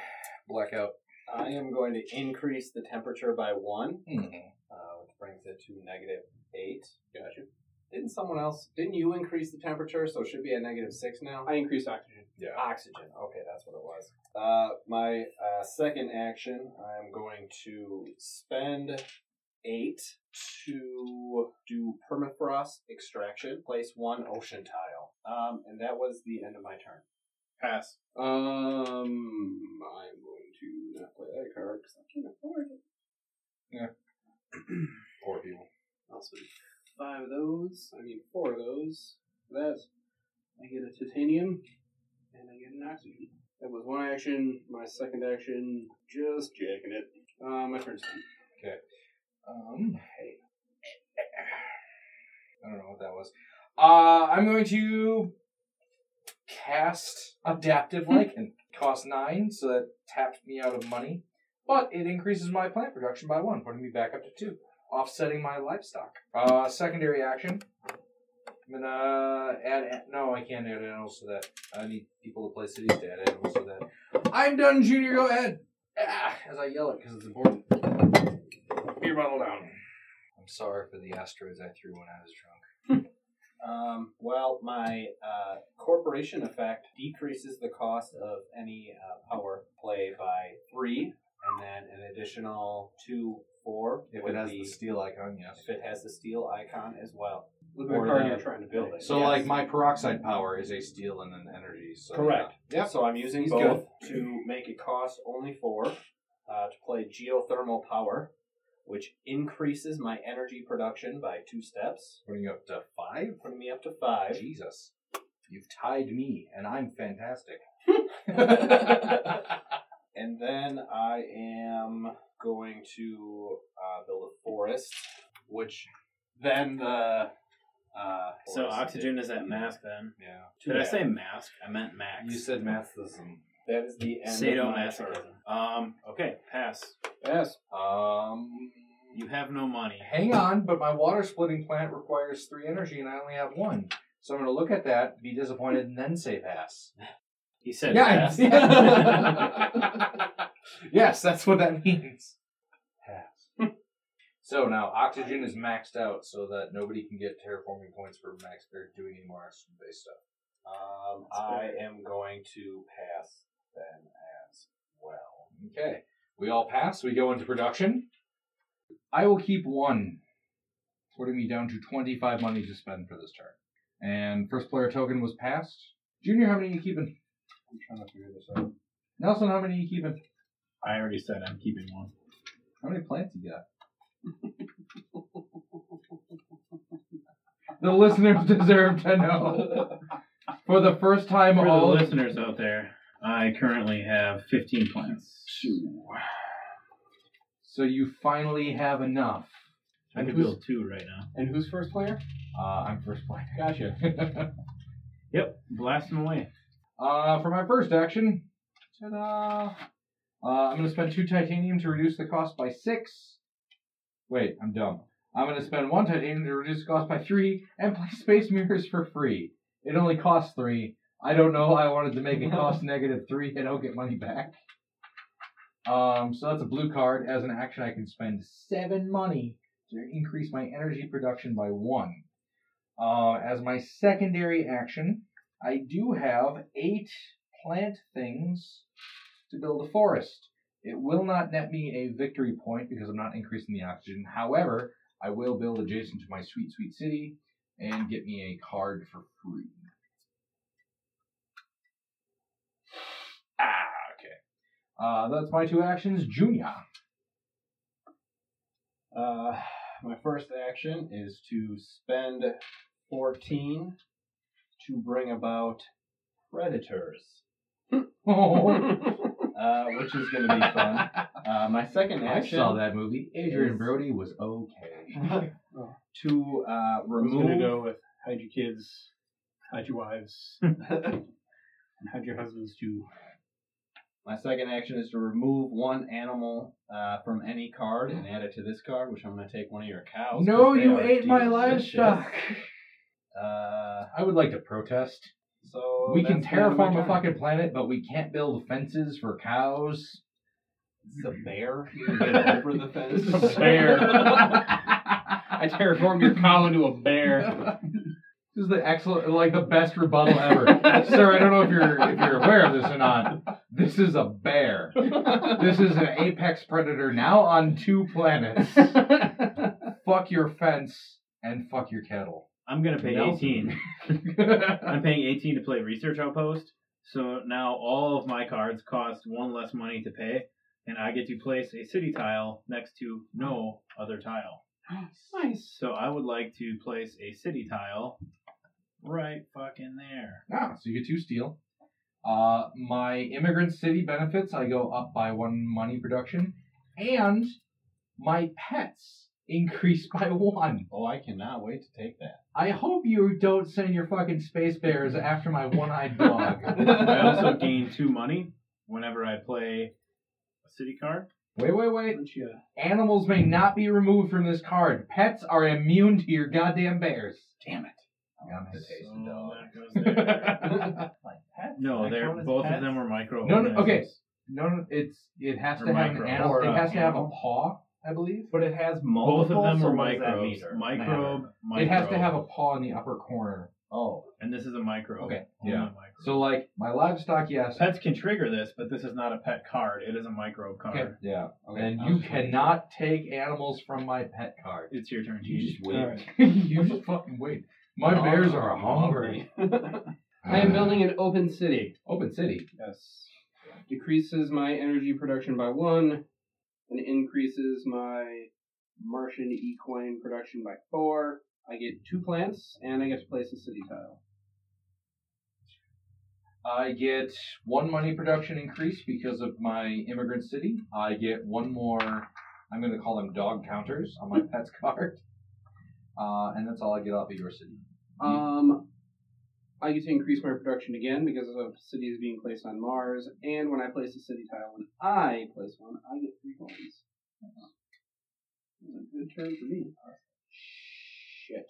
black out.
I am going to increase the temperature by one,
Mhm.
uh, which brings it to negative eight. Gotcha. Didn't someone else? Didn't you increase the temperature? So it should be at negative six now.
I increased oxygen.
Yeah.
Oxygen. Okay, that's what it was. Uh, my uh, second action, I'm going to spend eight to do permafrost extraction. Place one ocean tile. Um, and that was the end of my turn.
Pass.
Um, I'm going to not play that card because I can't afford it.
Poor people.
I'll spend five of those. I mean, four of those. That's. I get a titanium, and I get an oxygen. That was one action. My second action, just jacking it. Uh, my turn's done.
Um, hey. I don't know what that was. Uh, I'm going to cast Adaptive Lichen. Cost nine, so that taps me out of money, but it increases my plant production by one, putting me back up to two, offsetting my livestock. Uh, secondary action. I'm gonna add. No, I can't add animals to that. I need people to play cities to add animals to that. I'm done, Junior. Go ahead. Ah, as I yell it because it's important. Beer bottle down. Um, I'm sorry for the asteroids I threw when I was drunk.
Um, well, my uh, corporation effect decreases the cost of any uh, power play by three, and then an additional two, four
If
would
it has
be-
the steel icon, yes.
if it has the steel icon as well.
Look at
Or
the card
the-
you're trying to build. It.
So
Yes.
like my peroxide power is a steel and an energy. So
Correct. Yeah. So I'm using
He's
both to make it cost only four uh, to play geothermal power, which increases my energy production by two steps,
yeah. Putting up to five.
putting me up to five.
Jesus, you've tied me, and I'm fantastic.
and then I am going to uh, build a forest, which then the uh,
So
forest-
oxygen is at mask then.
Yeah.
Did I say mask? I meant max.
You said mathism.
that is the end of my turn.
Sadomasochism. Um. Okay. Pass.
Yes.
Um.
You have no money.
Hang on, but my water splitting plant requires three energy, and I only have one. So I'm going to look at that, be disappointed, and then say pass.
He said
Yeah,
pass.
yeah. yes, that's what that means. Pass. So now oxygen is maxed out, so that nobody can get terraforming points for max or doing any more oxygen-based stuff.
Um, I am going to pass then as well.
Okay. We all pass. We go into production. I will keep one, putting me down to 25 money to spend for this turn. And first player token was passed. Junior, how many are you keeping?
I'm trying to figure this out.
Nelson, how many are you keeping?
I already said I'm keeping one.
How many plants you got? the listeners deserve to know. For the first time,
For the
all
listeners out there, I currently have 15 plants.
so you finally have enough.
I could build two right now.
And who's first player?
Uh, I'm first player.
Gotcha.
Yep, blast them away.
Uh, for my first action, ta-da! Uh, I'm going to spend two titanium to reduce the cost by six. Wait, I'm dumb. I'm going to spend one titanium to reduce the cost by three and play space mirrors for free. It only costs three. I don't know. I wanted to make it cost negative three and I'll get money back. Um, so that's a blue card. As an action, I can spend seven money to increase my energy production by one. Uh, as my secondary action, I do have eight plant things to build a forest. It will not net me a victory point because I'm not increasing the oxygen. However, I will build adjacent to my sweet, sweet city and get me a card for free. Ah, okay. Uh, that's my two actions. Junior.
Uh, my first action is to spend 14 to bring about predators,
Oh,
uh, which is going to be fun. Uh, my second
I
action
saw that movie. Adrian Brody was okay.
to uh,
was
remove.
gonna
go with hide your kids, hide your wives, and hide your husbands too. My second action is to remove one animal uh, from any card and add it to this card, which I'm going to take one of your cows. 'cause they are delicious. Uh,
I would like to protest.
so
we can
that's the end of my
terraform a
turn.
fucking planet, but we can't build fences for cows.
The bear can get over the fence.
It's a bear. I terraformed your cow into a bear.
This is the excellent, like the best rebuttal ever, sir. I don't know if you're if you're aware of this or not. This is a bear. This is an apex predator now on two planets. fuck your fence and fuck your cattle.
I'm going to pay
Nelson.
18. I'm paying 18 to play Research Outpost. So now all of my cards cost one less money to pay, and I get to place a city tile next to no other tile.
Nice.
So I would like to place a city tile right fucking there.
Ah, so you get two steel. Uh, my immigrant city benefits, I go up by one money production, and my pets increase by one.
Oh, I cannot wait to take that.
I hope you don't send your fucking space bears after my one-eyed dog.
I also gain two money whenever I play a city card.
wait, wait, wait. Animals may not be removed from this card. Pets are immune to your goddamn bears. Damn it. I'm gonna taste
So
the dog.
that goes there. Oh no, they're both of them were micro.
No, no, okay. No, no, it's it has
Or
to have an
micro.
animal.
Or
It
a
has to have a
animal.
paw, I believe.
But it has multiple.
Both of them
so
were
what does that
microbes.
meter matter?
Microbe, microbe.
It has to have a paw in the upper corner.
Oh,
And this is a microbe.
Okay,
Only
yeah.
a microbe.
So like my livestock, yes.
pets can trigger this, but this is not a pet card. It is a microbe card.
Okay. Yeah.
Okay,
and
I
you
was just waiting.
cannot take animals from my pet card.
It's your turn.
You just
All
wait.
right.
you just fucking wait. My bears are hungry.
I am building an open city.
open city.
Yes.
Decreases my energy production by one, and increases my Martian equine production by four. I get two plants, and I get to place a city tile.
I get one money production increase because of my immigrant city. I get one more. I'm going to call them dog counters on my pet's card. Uh, and that's all I get off of your city.
Um, I get to increase my production again because of cities being placed on Mars, and when I place a city tile, when I place one, I get three coins. That's a good turn for me. Shit.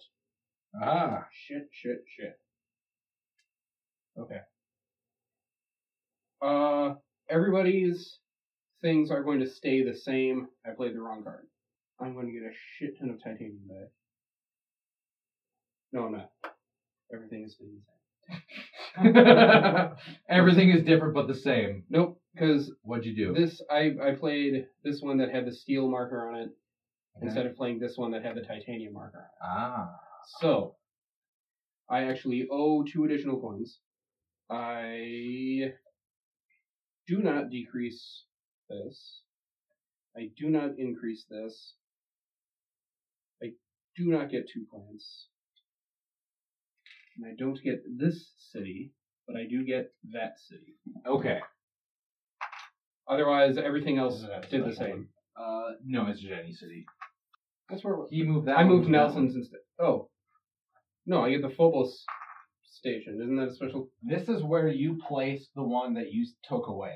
Ah,
Shit, shit, shit.
Okay.
Uh, everybody's things are going to stay the same. I played the wrong card. I'm going to get a shit ton of titanium back. No, I'm not. Everything is the same.
Everything is different but the same.
Nope, because
What'd you do?
this I I played this one that had the steel marker on it instead of playing this one that had the titanium marker on it.
Ah.
So, I actually owe two additional coins. I do not decrease this. I do not increase this. I do not get two points. And I don't get this city, but I do get that city.
Okay.
Otherwise, everything else did the same.
Uh, no, it's Jenny City.
That's where it was.
He moved that.
I
one
moved
to that
Nelson's instead. Oh. No, I get the Phobos station. Isn't that a special
This is where you placed the one that you took away.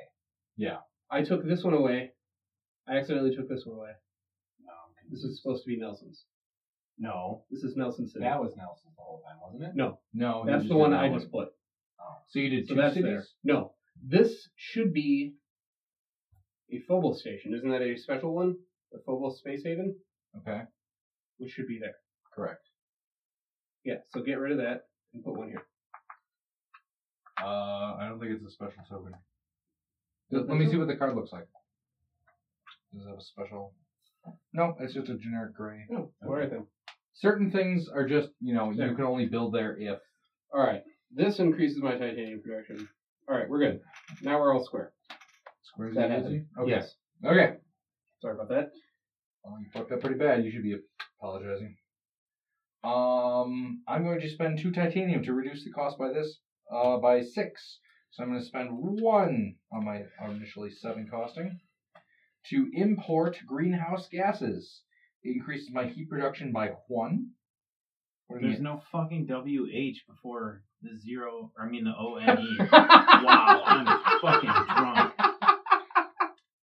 I took this one away. I accidentally took this one away. This is supposed to be Nelson's.
No,
This is Nelson City.
that was Nelson's the whole time, wasn't it?
no,
one. No, he
that's
Oh, just
the
did
one
that
I just put.
So you did
So
two
that's
cities.
there. No, this should be a Phobos station. Isn't that a special one? The Phobos Space Haven,
Okay.
which should be there.
Correct.
Yeah. So get rid of that and put one here.
Uh, I don't think it's a special token. Let let me see what the card looks like. Does it have a special? No, it's just a generic gray.
No. All right then.
Certain things are just, you know,
There.
you can only build there if.
All right. This increases my titanium production. All right, we're good. Now we're all square.
Squares
That
are
happened.
easy? Okay.
Yes.
Okay.
Sorry about that.
Well, Oh, you fucked up pretty bad. You should be apologizing. Um, I'm going to spend two titanium to reduce the cost by this, uh, by six. So I'm going to spend one on my initially seven costing to import greenhouse gases. It increases my heat production by one. What do you
There's
mean?
no fucking WH before the zero, or I mean the O N E. wow, I'm fucking drunk.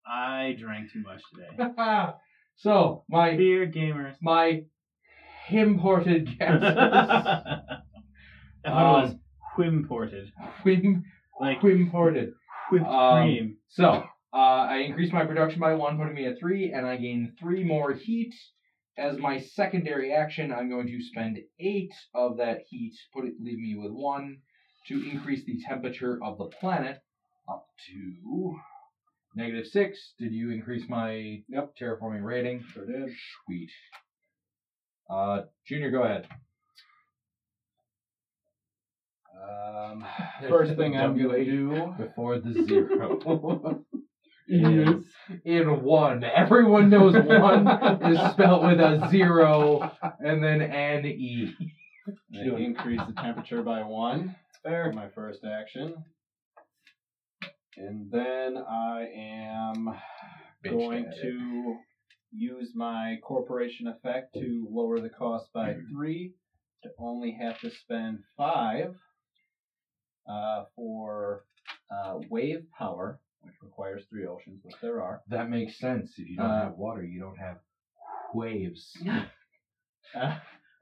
I drank too much today.
so my
Beer gamers.
my imported
I
gases,
thought it
Um,
was whimported.
whim,
Like
imported.
whipped
Um,
cream.
So uh, I increase my production by one, putting me at three, and I gain three more heat. As my secondary action, I'm going to spend eight of that heat, put it, leave me with one, to increase the temperature of the planet up to negative six. Did you increase my yep. terraforming rating? Sure did. Sweet. Uh, Junior, go ahead.
Um, first thing I'm gonna do
Before the zero.
is
in one. Everyone knows one is spelt with a zero and then an E.
to increase the temperature by one. There, my first action. And then I am
Bitched
going
at it.
to use my corporation effect to lower the cost by three to only have to spend five uh, for uh, wave power, which requires three oceans, which there are.
That makes sense. If you don't
Uh,
have water, you don't have waves.
Uh,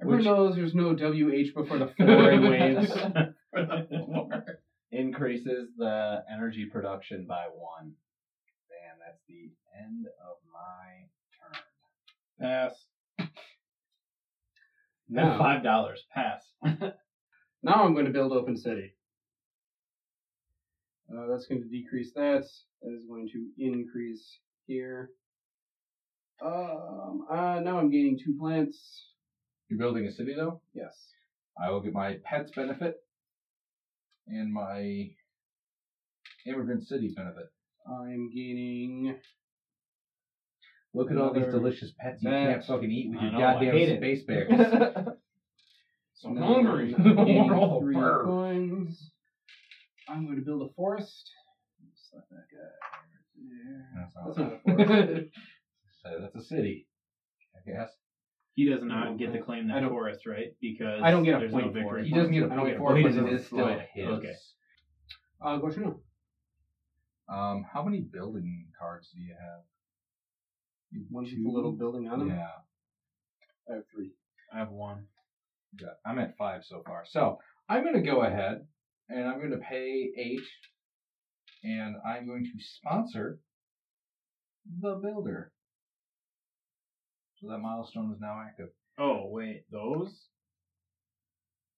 Everyone
Which-
knows there's no WH before the four in waves.
increases the energy production by one. And that's the end of my turn.
Pass.
Now,
Five dollars. Pass.
now I'm going to build Open City. Uh, that's going to decrease that. That is going to increase here. Um, uh, now I'm gaining two plants.
You're building a city, though?
Yes.
I will get my pets benefit and my immigrant city benefit.
I'm gaining.
Look at all these
Another-
delicious pets you
That-
can't fucking eat with
I
your
know, I hate
goddamn
it.
space bears.
So
I'm hungry.
I'm gaining
Oh,
three
burr.
coins. I'm going to build a forest. Slap that guy.
That's
That's
not
not a forest.
so that's a city, I guess.
He does not get to claim
I
that
don't-
forest, right? Because
I don't get a
there's
point for
no victory.
it.
He doesn't get a
I don't
point
get
for
a
it,
point.
but it
He
is
doesn't
still
slide.
his.
Okay.
Uh, Goshino.
Um, how many building cards do you have?
One's with a little building on them.
Yeah,
I have three.
I have one.
yeah, I'm at five so far. So I'm going to go ahead and I'm going to pay eight, and I'm going to sponsor the builder.
So that milestone is now active.
Oh wait, those?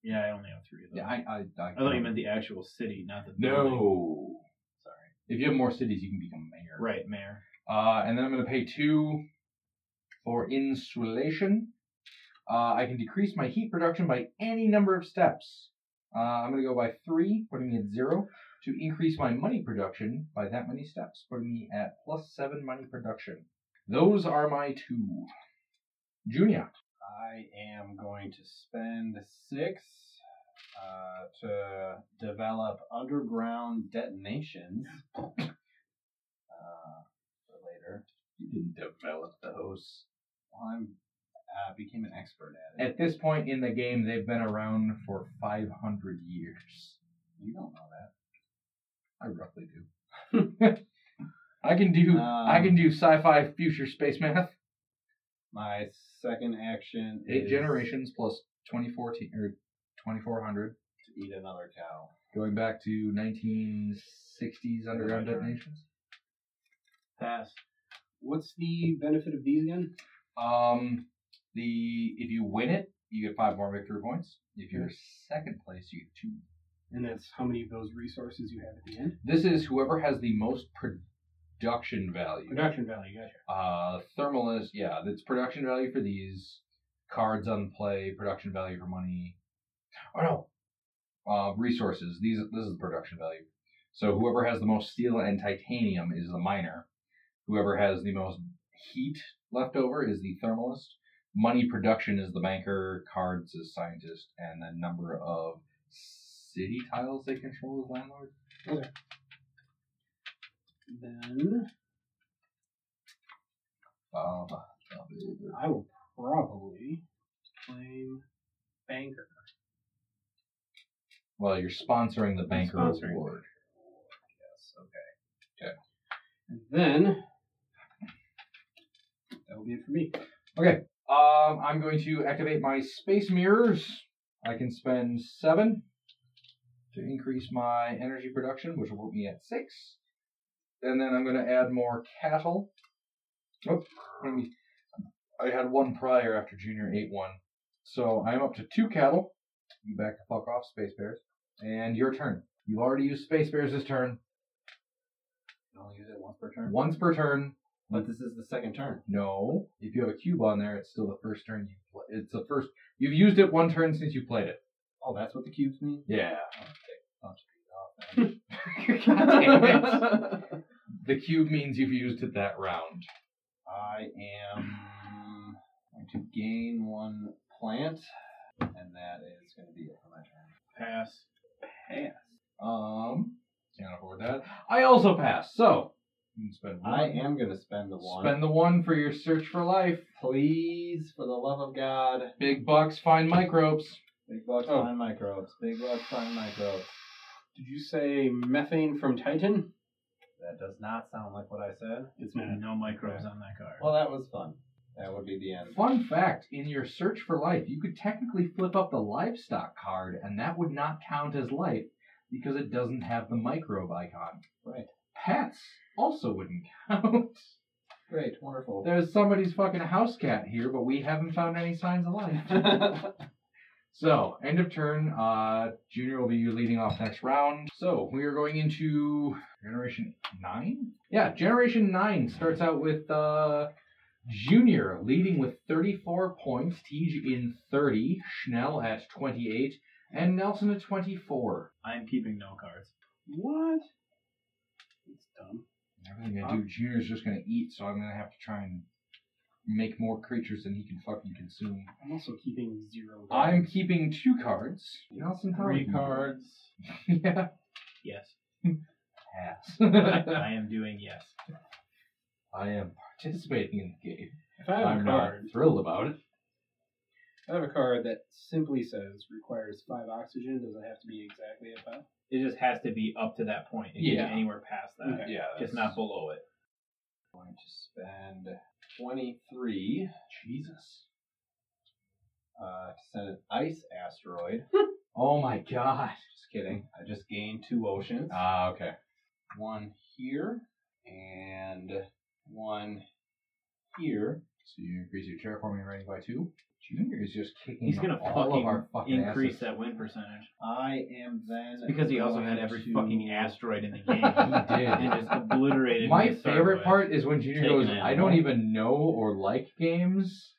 Yeah, I only have three of them.
Yeah, I I, I,
I thought you meant the actual city, not the building.
No.
Sorry.
If you have more cities, you can become mayor.
Right, mayor.
Uh, and then I'm going to pay two for insulation. Uh, I can decrease my heat production by any number of steps. Uh, I'm going to go by three, putting me at zero, to increase my money production by that many steps, putting me at plus seven money production. Those are my two. Junior.
I am going to spend six uh, to develop underground detonations uh, for later.
You didn't develop those.
Well, I'm uh, became an expert at it.
At this point in the game, they've been around for 500 years.
You don't know that.
I roughly do. I can do I
Um,
can do sci-fi future space math.
My second action
Eight
is
generations plus 2014 or 2400,
to eat another cow.
going back to 1960s underground
Right.
detonations.
Pass.
What's the benefit of these again?
Um, the if you win it, you get five more victory points. If you're second place, you get two.
And that's how many of those resources you have at the end.
This is whoever has the most production value.
Production value, gotcha.
Uh, thermal is yeah. That's production value for these cards on play. Production value for money. Oh no. Uh, resources. These this is production value. So whoever has the most steel and titanium is the miner. Whoever has the most heat left over is the thermalist. Money production is the banker. Cards is scientist, and the number of city tiles they control is landlord.
Then
Um,
I will probably claim banker.
well, you're sponsoring the banker
Sponsoring.
award.
Yes, okay.
And then that will be it for me.
Um, I'm going to activate my space mirrors. I can spend seven to increase my energy production, which will put me at six. And then I'm going to add more cattle. Oh, let me- I had one prior after Junior ate one. So I'm up to two cattle. You back the fuck off, Space Bears. And your turn. You've already used Space Bears this turn.
You only use it once per turn.
Once per turn.
But this is the second turn.
No. If you have a cube on there, it's still the first turn you play. It's the first. You've used it one turn since you played it.
Oh, that's what the cubes mean.
Yeah.
Bunch of
The cube means you've used it that round.
I am going to gain one plant, and that is going to be it for my turn.
Pass.
Pass.
Um, can't afford that. I also pass, so you can spend one.
I am going to spend the one.
Spend the one for your search for life.
Please, for the love of God,
Big bucks find microbes.
big bucks
Oh.
find microbes. Big bucks find microbes.
Did you say methane from Titan?
That does not sound like what I said.
It's not.
No microbes on that card.
Well, that was fun. That would be the end.
Fun fact: In your search for life, you could technically flip up the livestock card, and that would not count as life because it doesn't have the microbe icon.
Right.
Pets also wouldn't count.
Great, wonderful.
There's somebody's fucking house cat here, but we haven't found any signs of life.
Uh,
So, end of turn. Uh, Junior will be leading off next round. So, we are going into Generation 9? Yeah, Generation 9 starts out with uh, Junior leading with 34 points, Tej in 30, Schnell at 28, and Nelson at 24.
I'm keeping no cards.
What? It's dumb.
Everything I do, Junior's just going to eat, so I'm going to have to try and make more creatures than he can fucking consume.
I'm also keeping zero.
I'm keeping two cards. Nelson, how are
Three
you?
cards.
yeah.
Yes.
Pass.
I am doing yes.
I am participating in the game.
If I have a
I'm not
card,
thrilled about it.
if I have a card that simply says requires five oxygen. Does it have to be exactly at five?
It just has to be up to that point. It yeah.
Yeah.
can be anywhere past that.
Okay.
Yeah.
Just not below it.
going to spend 23
Jesus.
uh, to send an ice asteroid.
Oh my god.
Just kidding. I just gained two oceans.
Ah, okay.
one here and one here. So you increase your terraforming rating by two.
Junior is just kicking.
He's gonna
all
fucking
of our fucking
increase
asses.
that win percentage
I am then
because he also had
going
every
to-
fucking asteroid in the game
He did.
and just obliterated.
My
me to start
favorite
with.
part is when Junior
Taking
goes,
it
I
all.
don't even know or like games,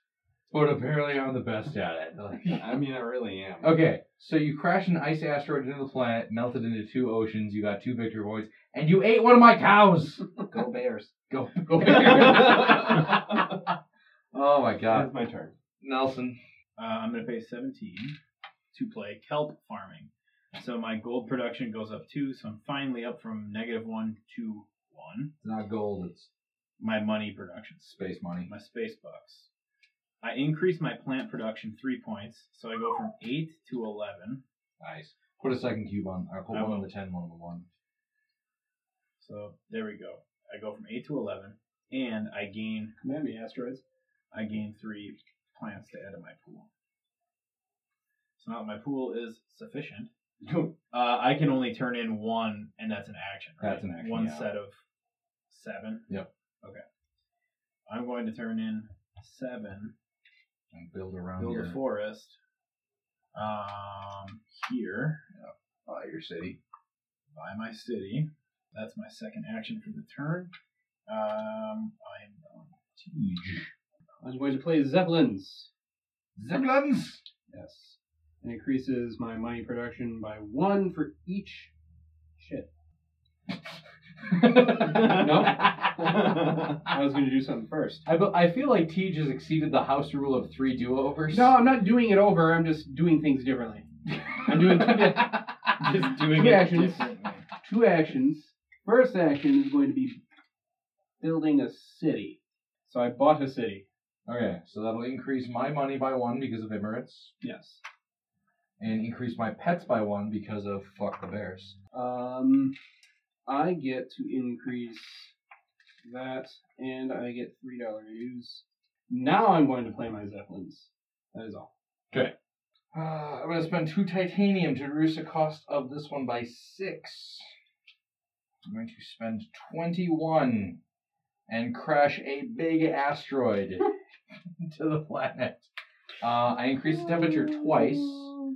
but apparently I'm the best at it. Like,
I mean, I really am.
okay, so you crashed an ice asteroid into the planet, melted into two oceans, you got two victory points, and you ate one of my cows!
Go Bears.
Go.
Go
Oh my god.
That's my turn.
Nelson.
Uh, I'm going to pay 17 to play kelp farming. So my gold production goes up two, so I'm finally up from negative one to one.
It's not gold, it's
My money production,
space money.
my space bucks. I increase my plant production three points, so I go from eight to 11.
Nice. Put a second cube on, or put
I
one on
will.
the 10, one on the 1.
So there we go. I go from eight to 11, and I gain
Come at me, asteroids.
I gain three plants to add to my pool. So now that my pool is sufficient, uh, I can only turn in one, and that's an action. Right?
That's an action,
One
yeah.
set of seven.
Yep.
Okay. I'm going to turn in seven.
And build around
Build
your,
a forest. Um, here
uh, your city.
by my city. That's my second action for the turn. Um, I'm going
Siege.
I was going to play Zeppelins.
Zeppelins!
Yes. It increases my money production by one for each. Shit. no? I was going to do something first.
I, be- I feel like Tej has exceeded the house rule of three do overs.
No, I'm not doing it over. I'm just doing things differently. I'm doing two, di-
just doing
Two
it
actions.
differently.
two actions. First action is going to be building a city. So I bought a city.
Okay, so that'll increase my money by one because of Emirates,
Yes.
and increase my pets by one because of fuck the Bears.
Um, I get to increase that, and I get three dollar dues. Now I'm going to play my zeppelins. That is all.
Uh, I'm gonna spend two titanium to reduce the cost of this one by six. I'm going to spend 21 and crash a big asteroid to the planet. Uh, I increase the temperature twice,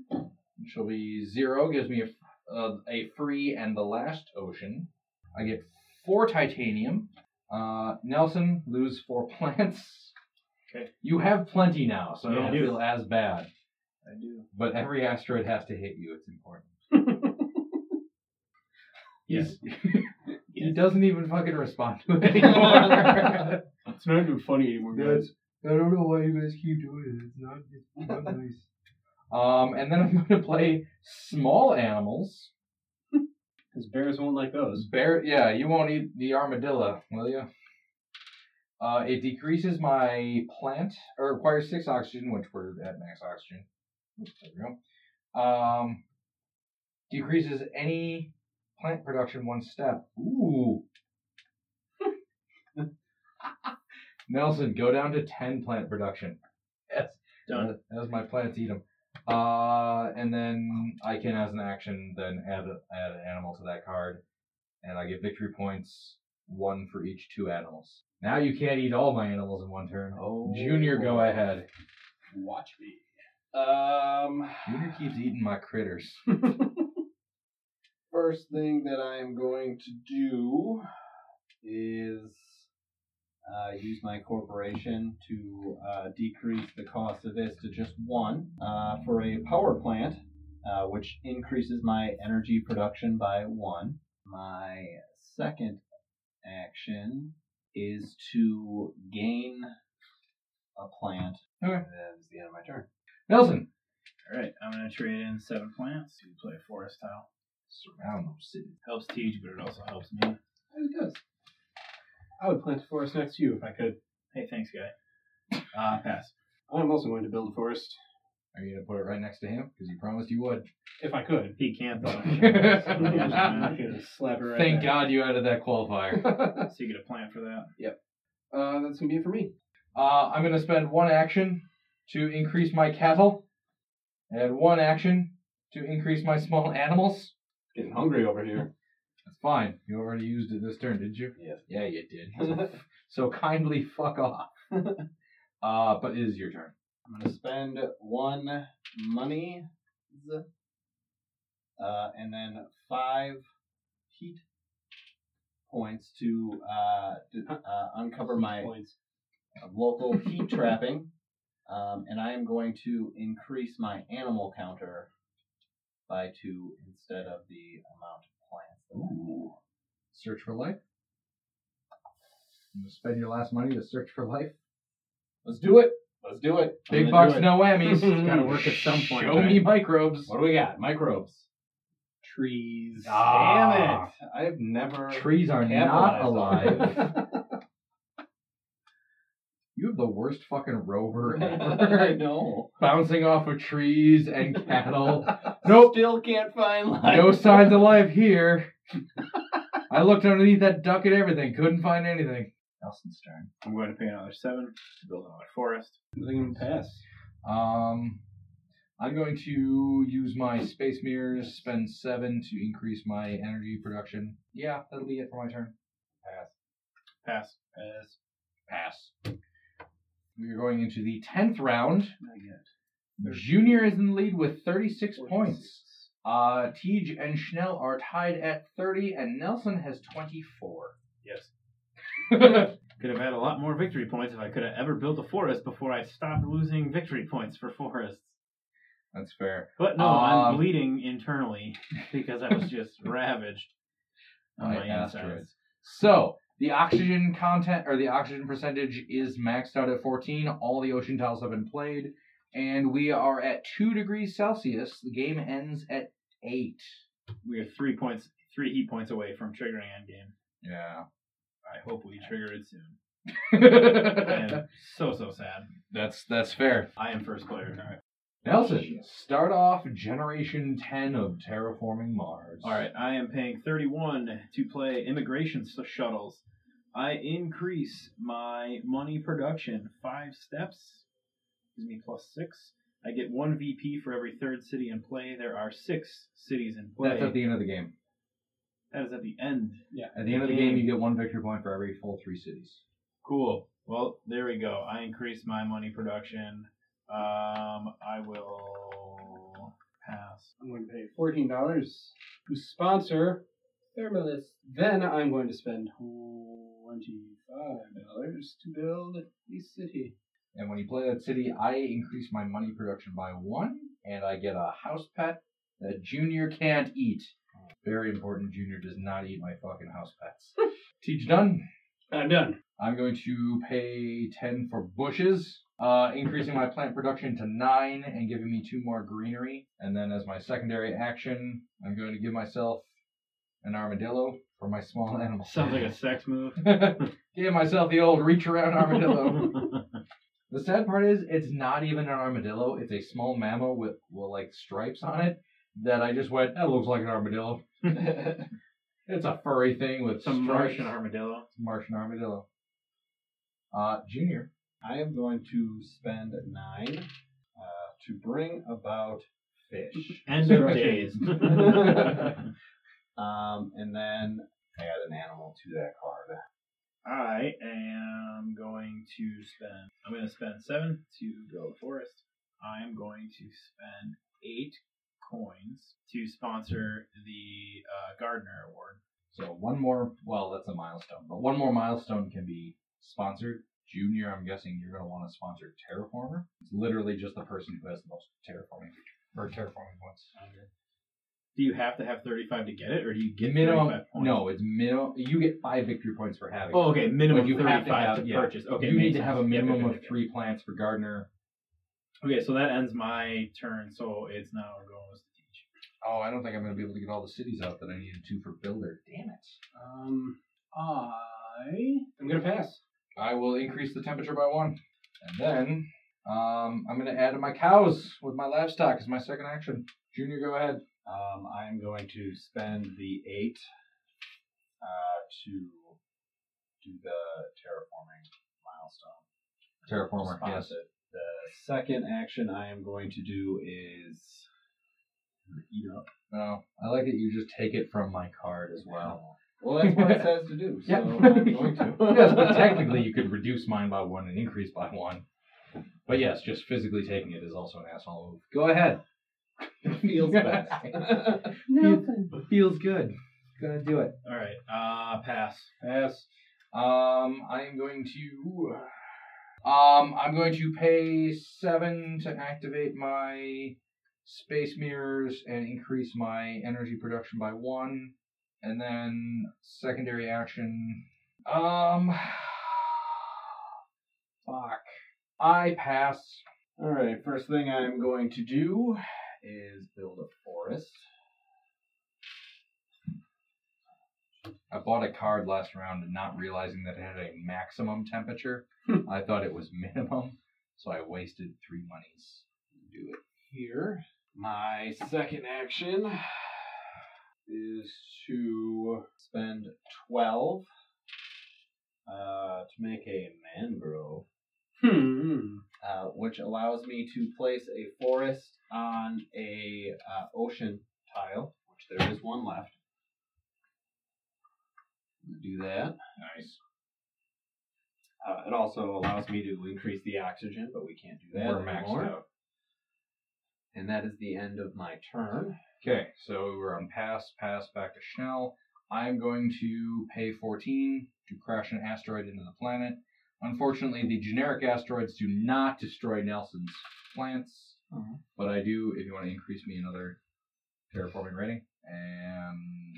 which will be zero, gives me a, uh, a free and the last ocean. I get four titanium. Uh, Nelson, lose four plants.
Okay.
You have plenty now, so I
Yeah, I
don't
do.
feel as bad.
I do.
But every asteroid has to hit you. It's important.
Yes.
He doesn't even fucking respond to it anymore.
It's not even funny anymore,
guys. I don't know why you guys keep doing it. It's not, it's not nice. Um, and then I'm going to play small animals.
Because bears won't like those.
Bear, yeah, you won't eat the armadillo, will you? Uh, it decreases my plant, or requires six oxygen, which we're at max oxygen. Oops, there we go. Um, decreases any plant production one step. Ooh. Nelson, go down to ten plant production. Yes,
Done.
As my plants eat them. Uh, and then I can, as an action, then add a, add an animal to that card and I get victory points, one for each two animals. Now you can't eat all my animals in one turn.
Oh.
Junior, go ahead.
Watch me.
Um,
Junior keeps eating my critters.
first thing that I am going to do is uh, use my corporation to uh, decrease the cost of this to just one uh, for a power plant, uh, which increases my energy production by one. My second action is to gain a plant.
Okay.
And that is the end of my turn.
Nelson,
All right. I'm going to trade in seven plants to play forest tile.
surround those cities.
Helps Teach, but it also helps me.
It does. I would plant a forest next to you if I could.
Hey, thanks, guy. Uh, pass.
I'm also going to build a forest
Are you gonna put it right next to him? Because you promised you would.
if I could.
He can't though.
I'm just gonna slap it right
Thank
back.
God you added that qualifier.
so you get a plant for that.
Uh, that's gonna be it for me.
uh, I'm gonna spend one action to increase my cattle, and one action to increase my small animals.
Getting hungry over here.
That's fine. You already used it this turn, didn't you?
Yes.
Yeah, you did. so kindly fuck off. Uh, but it is your turn.
I'm gonna spend one money, uh, and then five heat points to uh, to uh, uncover my
Points.
local heat trapping, um, and I am going to increase my animal counter by two instead of the amount of plants. that I have.
Search for life.
You spend your last money to search for life.
Let's do it. Let's do it. I'm
Big
gonna
bucks,
do it.
no whammies.
Gotta work at some point,
Show
right?
me microbes.
What do we got? Microbes.
Trees.
Damn
Ah.
it! I've never.
Trees are not
Capitalized
alive.
on
you have the worst fucking rover
I
ever.
know.
Bouncing off of trees and cattle.
Nope. Still can't find life.
No signs of life here. I looked underneath that duck and everything. Couldn't find anything. Nelson's turn.
I'm going to pay another seven to build another forest.
Nothing pass.
Um, I'm going to use my space mirrors, spend seven to increase my energy production. Yeah, that'll be it for my turn.
Pass.
Pass.
Pass. We are going into the tenth round.
Not yet.
Junior is in the lead with 36 points. Uh, Tej and Schnell are tied at 30, and Nelson has 24.
Yes. Could have had a lot more victory points if I could have ever built a forest before I stopped losing victory points for forests.
That's fair.
But no,
Um,
I'm bleeding internally because I was just ravaged on
By
my
asteroids.
insides.
So the oxygen content or the oxygen percentage is maxed out at 14. All the ocean tiles have been played, and we are at two degrees Celsius. The game ends at eight.
We are three points, three heat points away from triggering endgame.
Yeah.
I hope we trigger it soon. I am so so sad.
that's that's fair.
I am first player. All right.
Nelson, start off generation 10 of terraforming Mars.
All right, I am paying 31 to play immigration s- shuttles. I increase my money production five steps. Gives me plus six. I get one VP for every third city in play. There are six cities in play.
That's at the end of the game.
that is at the end.
At the end of the game, you get one victory point for every full three cities.
Cool. Well, there we go. I increase my money production. Um, I will pass.
I'm going to pay fourteen dollars to sponsor Thermalist. Then I'm going to spend twenty-five dollars to build a city.
And when you play that city, I increase my money production by one, and I get a house pet that Junior can't eat. Very important, Junior does not eat my fucking house pets. Teach done.
I'm done.
I'm going to pay 10 for bushes, uh, increasing my plant production to 9 and giving me 2 more greenery. And then as my secondary action, I'm going to give myself an armadillo for my small animal.
Sounds like a sex move.
Gave myself the old reach around armadillo. the sad part is, it's not even an armadillo. It's a small mammal with, well, like stripes on it that I just went, that looks like an armadillo. it's a furry thing with
Some
stripes.
Martian armadillo.
Martian armadillo. Uh, Junior.
I am going to spend nine uh, to bring about fish.
End of days.
Um, and then add an animal to that card.
I am going to spend. I'm going to spend seven to build a forest. I am going to spend eight coins to sponsor the uh, gardener award.
So one more, well, that's a milestone, but one more milestone can be sponsored. Junior, I'm guessing you're going to want to sponsor Terraformer. It's literally just the person who has the most terraforming or terraforming points.
Do you have to have 35 to get it, or do you get
Minimum,
35 points?
no, it's minimum. You get five victory points for having.
Oh,
it.
okay. Minimum
Like, you have
35
to
to,
have- yeah.
purchase. Okay.
you need
makes
to have a
sense. Yep, yep,
minimum
yep,
of
yep.
three plants for gardener.
Okay, so that ends my turn. So it's now goes to teach.
Oh, I don't think I'm going to be able to get all the cities out that I needed to for builder. Damn it!
Um, I I'm gonna pass.
I will increase the temperature by one, and then um, I'm going to add my cows with my livestock as my second action. Junior, go ahead.
Um, I am going to spend the eight uh, to do the terraforming milestone.
Terraformer,
Response
yes.
it. The second action I am going to do is eat up.
No, I like that you just take it from my card as well.
Well, that's what it says to do, so
Yeah.
I'm going to.
yes, but technically you could reduce mine by one and increase by one. But yes, just physically taking it is also an asshole move. Go ahead. Feels bad. Nothing. Feels good. Gonna do it.
All right. Uh, pass.
Yes. Um, I am going to. Um, I'm going to pay seven to activate my space mirrors and increase my energy production by one, and then secondary action. Um, fuck. I pass.
All right. First thing I'm going to do is build a forest.
I bought a card last round and not realizing that it had a maximum temperature. I thought it was minimum, so I wasted three monies. Do it
here. My second action is to spend 12 uh, to make a mangrove,
Hmm.
uh, which allows me to place a forest on a uh, ocean tile, which there is one left. Do that. Nice. Uh, it also allows me to increase the oxygen, but we can't do that.
We're maxed
anymore.
out.
And that is the end of my turn.
Okay, so we were on pass, pass back to Schnell. I'm going to pay 14 to crash an asteroid into the planet. Unfortunately, the generic asteroids do not destroy Nelson's plants,
Uh-huh.
but I do if you want to increase me another terraforming rating. And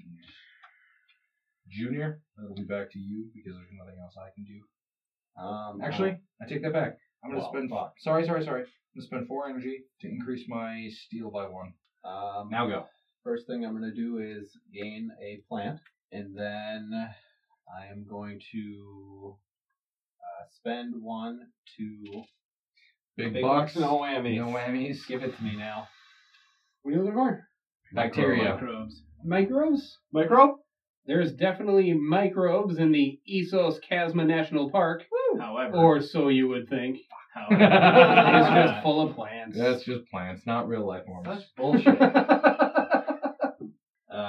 Junior, that'll be back to you because there's nothing else I can do.
Um,
Actually, I take that back. I'm gonna
Well,
spend.
fuck.
Sorry, sorry, sorry. I'm gonna spend four energy to increase my steel by one.
um,
Now go.
First thing I'm going to do is gain a plant, and then I am going to uh, spend one to
Big,
Big
bucks.
no whammies.
No whammies.
Give it to me now.
What are there more?
Bacteria.
Microbes.
Microbes?
Micro.
There's definitely microbes in the Isos Chasma National Park,
However.
or so you would think. It's
however
just full of plants.
That's just plants, not real life forms.
Such bullshit. Uh,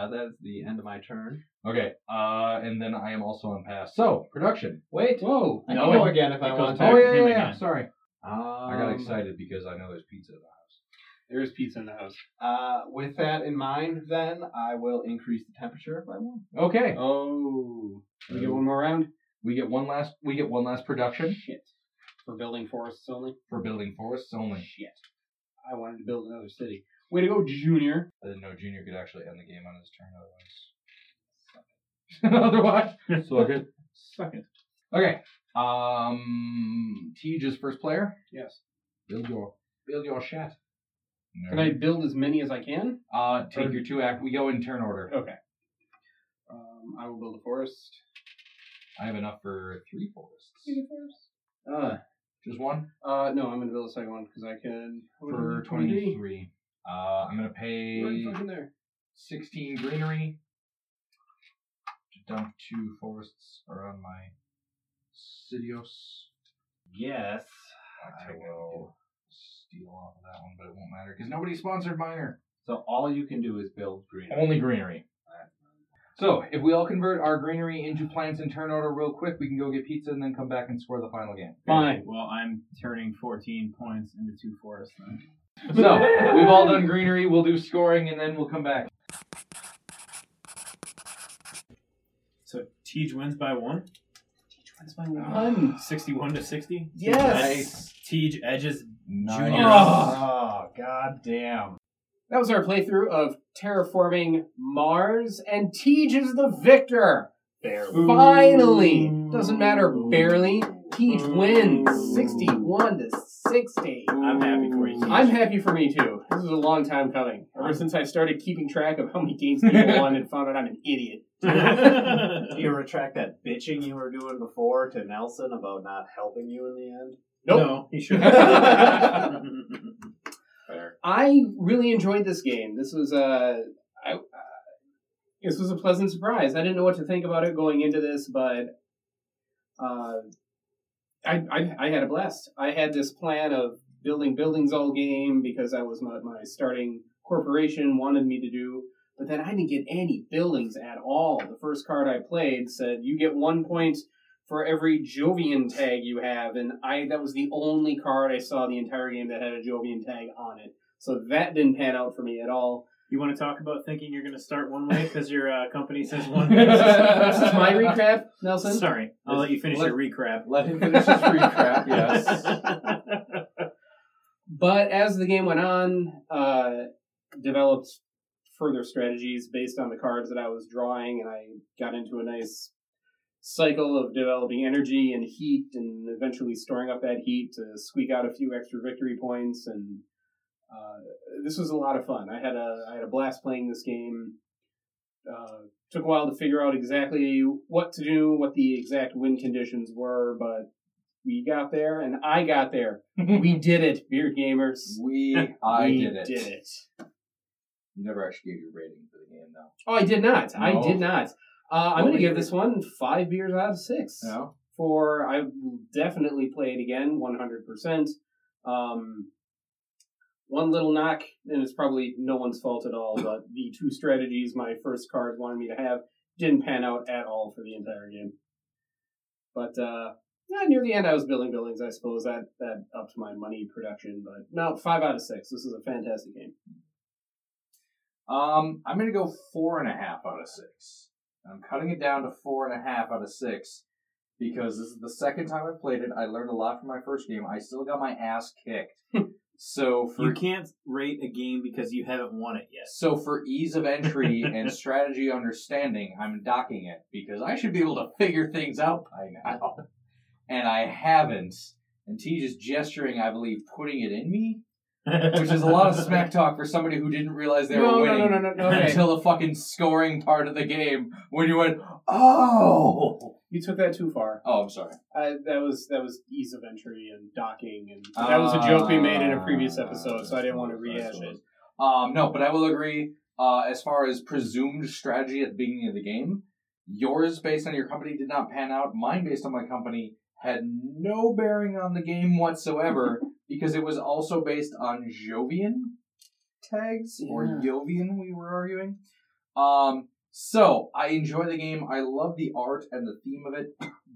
that is the end of my turn.
Okay, uh, and then I am also on pass. So production.
Wait.
Whoa!
I
no,
can go
it-
again if
it
I
goes
want to.
back
to
oh yeah, yeah,
him
yeah.
again.
Sorry,
Um,
I got excited because I know there's pizza in the house.
There's pizza in the house.
Uh, with that in mind, then I will increase the temperature by one.
Okay,
Oh. Can we get one more round?
we get one last. We get one last production
Shit. For building forests only?
for building forests only.
Shit. I wanted to build another city. Way to go, Junior.
I didn't know Junior could actually end the game on his turn otherwise. otherwise, so good.
Second.
Okay. Um, Tej is first player.
Yes.
Build your build your shit.
Can I build as many as I can?
Uh,
Or-
take your two act. We go in turn order.
Okay. Um, I will build a forest.
I have enough for three forests.
Uh,
Just one
uh, no, I'm gonna build a second one because I can.
for
twenty.
twenty-three. Uh, I'm gonna pay
Right fucking there.
sixteen greenery to dump two forests around my sitios.
Yes.
I
I
technically
will.
could steal off of that one, but it won't matter because nobody sponsored minor.
So all you can do is build green.
Only greenery. So if we all convert our greenery into plants in turn order real quick, we can go get pizza and then come back and score the final game.
Fine.
Well, I'm turning 14 points into two forests then.
So we've all done greenery. We'll do scoring, and then we'll come back.
So Tej wins by one.
One.
61 to 60.
Yes.
Nice. Tej edges Junior.
Oh, god damn.
That was our playthrough of terraforming Mars, and Tej is the victor. Finally, doesn't matter. Barely, Tej wins, sixty-one to sixty.
I'm happy for you. Tej.
I'm happy for me too. This is a long time coming. Ever since I started keeping track of how many games people won and found out I'm an idiot.
Do you retract that bitching you were doing before to Nelson about not helping you in the end?
No, he should.
I really enjoyed this game. This was uh, I, uh, this was a pleasant surprise. I didn't know what to think about it going into this, but uh, I, I I had a blast. I had this plan of building buildings all game because that was what my starting corporation wanted me to do. But then I didn't get any buildings at all. The first card I played said you get one point for every Jovian tag you have, and I that was the only card I saw the entire game that had a Jovian tag on it. So that didn't pan out for me at all.
You want to talk about thinking you're going to start one way because your uh, company says one?
This is my recap, Nelson.
Sorry, I'll let you finish your recap.
Let him finish his free crap, yes.
But as the game went on, uh, developed further strategies based on the cards that I was drawing, and I got into a nice cycle of developing energy and heat, and eventually storing up that heat to squeak out a few extra victory points. And uh, this was a lot of fun. I had a I had a blast playing this game. Uh, took a while to figure out exactly what to do, what the exact win conditions were, but we got there, and I got there. we did it, beard gamers.
We, I
we
did it.
Did it.
You never actually gave your rating for the game, though.
Oh, I did not. I
No.
did not. Uh, I'm
What
going
were
to give
you-
this one five beers out of six.
No?
For I will definitely play it again, 100%. Um, one little knock, and it's probably no one's fault at all, but the two strategies my first card wanted me to have didn't pan out at all for the entire game. But uh, yeah, near the end, I was building buildings, I suppose. That, that upped my money production, but no, five out of six. This is a fantastic game.
Um, I'm gonna go four and a half out of six. I'm cutting it down to four and a half out of six because this is the second time I played it. I learned a lot from my first game. I still got my ass kicked. so for
You can't rate a game because you haven't won it yet.
so for ease of entry and strategy understanding, I'm docking it because I should be able to figure things out by now, and I haven't. And T just gesturing, I believe, putting it in me, which is a lot of smack talk for somebody who didn't realize they were
no,
winning
no, no, no, no, no. Okay.
until the fucking scoring part of the game when you went, oh,
You took that too far.
oh, I'm sorry.
Uh, that was that was ease of entry and docking, and that was a joke we made in a previous
Ah.
episode, so I didn't want to rehash it.
Uh, Um, no, but I will agree. Uh, as far as presumed strategy at the beginning of the game, yours based on your company did not pan out. Mine based on my company had no bearing on the game whatsoever because it was also based on Jovian tags or
Yeah.
Jovian. We were arguing. Um, so I enjoy the game. I love the art and the theme of it.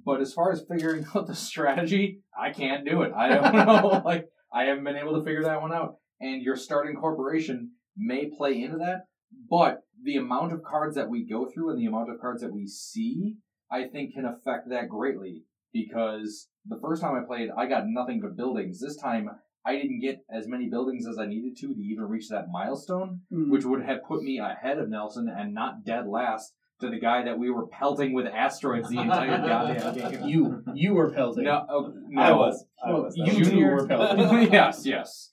But as far as figuring out the strategy, I can't do it. I don't know. like I haven't been able to figure that one out. And your starting corporation may play into that, but the amount of cards that we go through and the amount of cards that we see, I think, can affect that greatly. Because the first time I played, I got nothing but buildings. This time, I didn't get as many buildings as I needed to to even reach that milestone
Hmm.
which would have put me ahead of Nelson and not dead last to the guy that we were pelting with asteroids the entire goddamn game.
Uh, you you were pelting.
No, oh, no.
I was. I
Well,
was. That
you
was-
two were pelting.
yes, yes.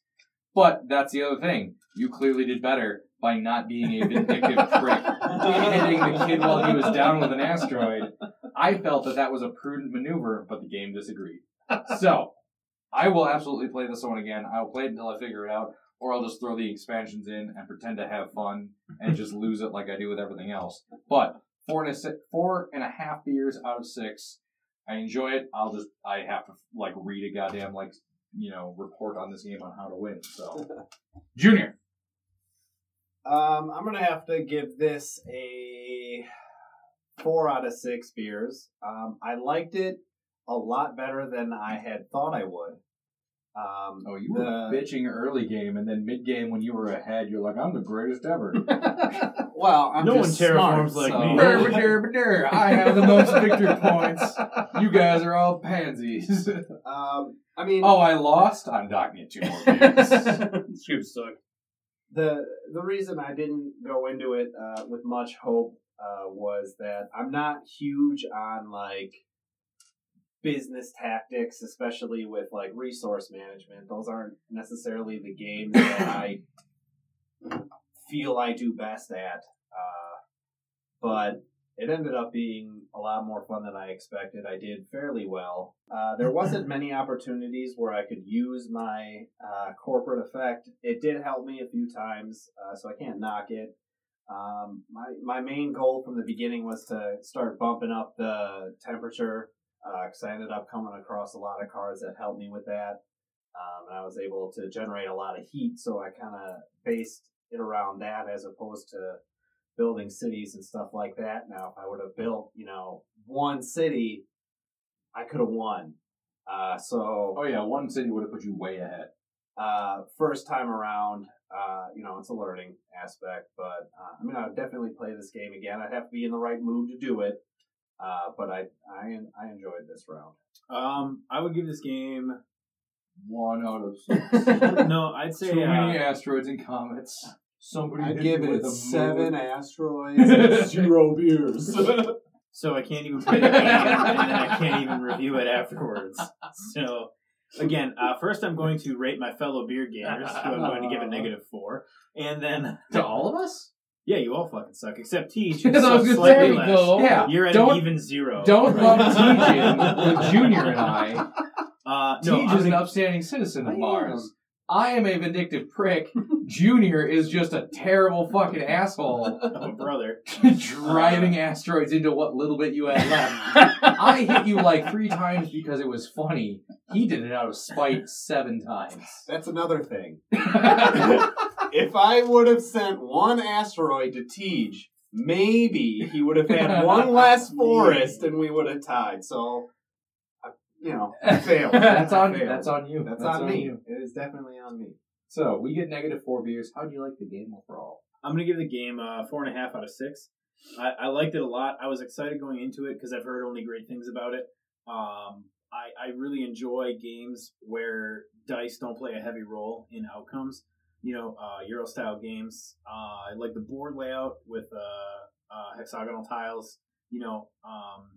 But that's the other thing. You clearly did better by not being a vindictive prick hitting the kid while he was down with an asteroid. I felt that that was a prudent maneuver, but the game disagreed. So, I will absolutely play this one again. I will play it until I figure it out, or I'll just throw the expansions in and pretend to have fun and just lose it like I do with everything else. But four and a si- four and a half beers out of six. I enjoy it. I'll just I have to like read a goddamn like you know report on this game on how to win. So Junior,
Um, I'm gonna have to give this a four out of six beers. Um, I liked it a lot better than I had thought I would. Um,
oh you were
the-
bitching early game and then mid game when you were ahead, you're like I'm the greatest ever. Uh,
well, I'm
No
just
one
smart,
terraforms like
so-
me.
Brr, brr, brr, brr. I have the most victory points. You guys are all pansies.
Um, I mean,
oh, I lost. I'm docking it two more beers.
Shoot, suck.
the the reason I didn't go into it uh, with much hope uh, was that I'm not huge on like business tactics, especially with like resource management. Those aren't necessarily the games that I feel I do best at. Uh, but it ended up being a lot more fun than I expected. I did fairly well. Uh, there wasn't many opportunities where I could use my uh, corporate effect. It did help me a few times, uh, so I can't knock it. Um, my my main goal from the beginning was to start bumping up the temperature because I ended up coming across a lot of cards that helped me with that, um, and I was able to generate a lot of heat. So I kind of based it around that as opposed to building cities and stuff like that. Now, if I would have built, you know, one city I could have won. Uh, so
Oh yeah, one city would have put you way ahead.
uh, first time around, uh, you know, it's a learning aspect, but uh, I mean, I would definitely play this game again. I'd have to be in the right mood to do it. Uh, but I, I, en- I enjoyed this round.
Um, I would give this game.
One out of six.
No, I'd say
Too many
uh,
asteroids and comets. Somebody hit you with a moon.
asteroids and zero beers.
so I can't even play the game, and then I can't even review it afterwards. So again, uh, first I'm going to rate my fellow beer gamers, who I'm going to give a negative four, and then
To all of us?
yeah, you all fucking suck except Teach.
That's what I was
Slightly
gonna say.
There you
less.
go.
Yeah.
You're at
Don't-
an even zero.
Don't
Right.
lump Tejan with Junior and I.
Uh, no,
Teej
I'm
is an
gonna-
upstanding citizen
I
of
am.
Mars. I am a vindictive prick. Junior is just a terrible fucking asshole
oh, brother.
driving asteroids into what little bit you had left. I hit you like three times because it was funny. He did it out of spite seven times.
That's another thing. if I would have sent one asteroid to Tej, maybe he would have had one less forest and we would have tied. So, I, you know, I failed.
That's
I
on
failed.
that's on you.
That's, on, me.
you.
It is definitely on me.
So we get negative four beers. How do you like the game overall?
I'm gonna give the game uh, four and a half out of six. I, I liked it a lot. I was excited going into it because I've heard only great things about it. Um, I, I really enjoy games where dice don't play a heavy role in outcomes. You know, uh, Euro style games. Uh, I like the board layout with uh, uh, hexagonal tiles. You know, um,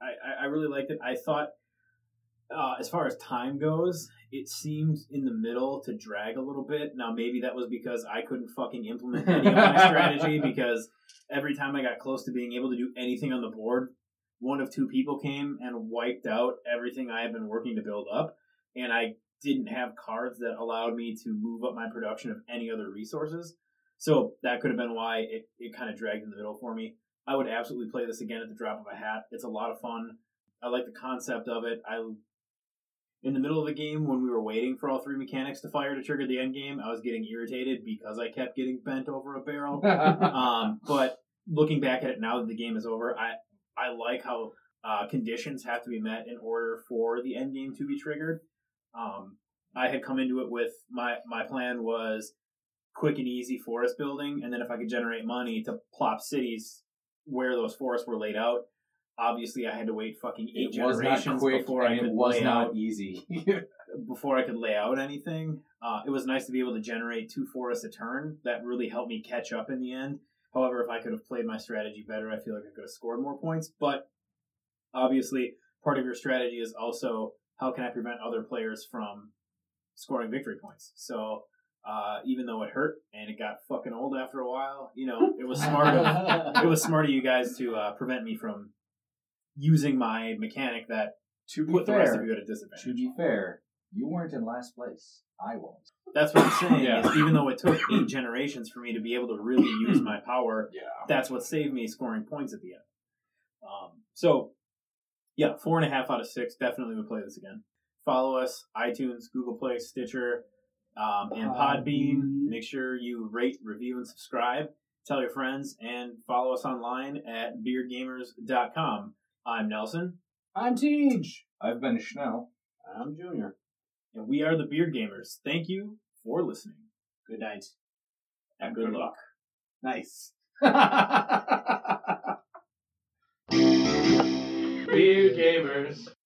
I, I, I really liked it. I thought, uh, as far as time goes, it seemed in the middle to drag a little bit. Now maybe that was because I couldn't fucking implement any of my strategy because every time I got close to being able to do anything on the board, one of two people came and wiped out everything I had been working to build up, and I didn't have cards that allowed me to move up my production of any other resources. So that could have been why it, it kind of dragged in the middle for me. I would absolutely play this again at the drop of a hat. It's a lot of fun. I like the concept of it. I in the middle of the game when we were waiting for all three mechanics to fire to trigger the end game, I was getting irritated because I kept getting bent over a barrel. um, but looking back at it now that the game is over, I I like how uh, conditions have to be met in order for the end game to be triggered. Um, I had come into it with my my plan was quick and easy forest building, and then if I could generate money to plop cities where those forests were laid out. Obviously, I had to wait fucking eight
It was not
generations
quick,
before I
and
could
it was
lay out
not easy.
before I could lay out anything. Uh, it was nice to be able to generate two forests a turn. That really helped me catch up in the end. However, if I could have played my strategy better, I feel like I could have scored more points. But obviously, part of your strategy is also how can I prevent other players from scoring victory points. So uh, even though it hurt and it got fucking old after a while, you know, it was smart of it was smart of you guys to uh, prevent me from using my mechanic that
to be
put the rest of
fair,
you at a disadvantage.
to be fair, you weren't in last place. I was.
That's what I'm saying.
Yeah.
Is even though it took eight generations for me to be able to really use my power,
Yeah.
that's what saved me scoring points at the end. Um, so, yeah, four and a half out of six. Definitely would play this again. Follow us iTunes, Google Play, Stitcher, um, and Podbean. Make sure you rate, review, and subscribe. Tell your friends and follow us online at beardgamers.com. I'm Nelson,
I'm Teach.
I've been Schnell.
I'm Junior.
and we are the Beard Gamers. Thank you for listening. Good night. And good luck.
Nice.
Beer gamers.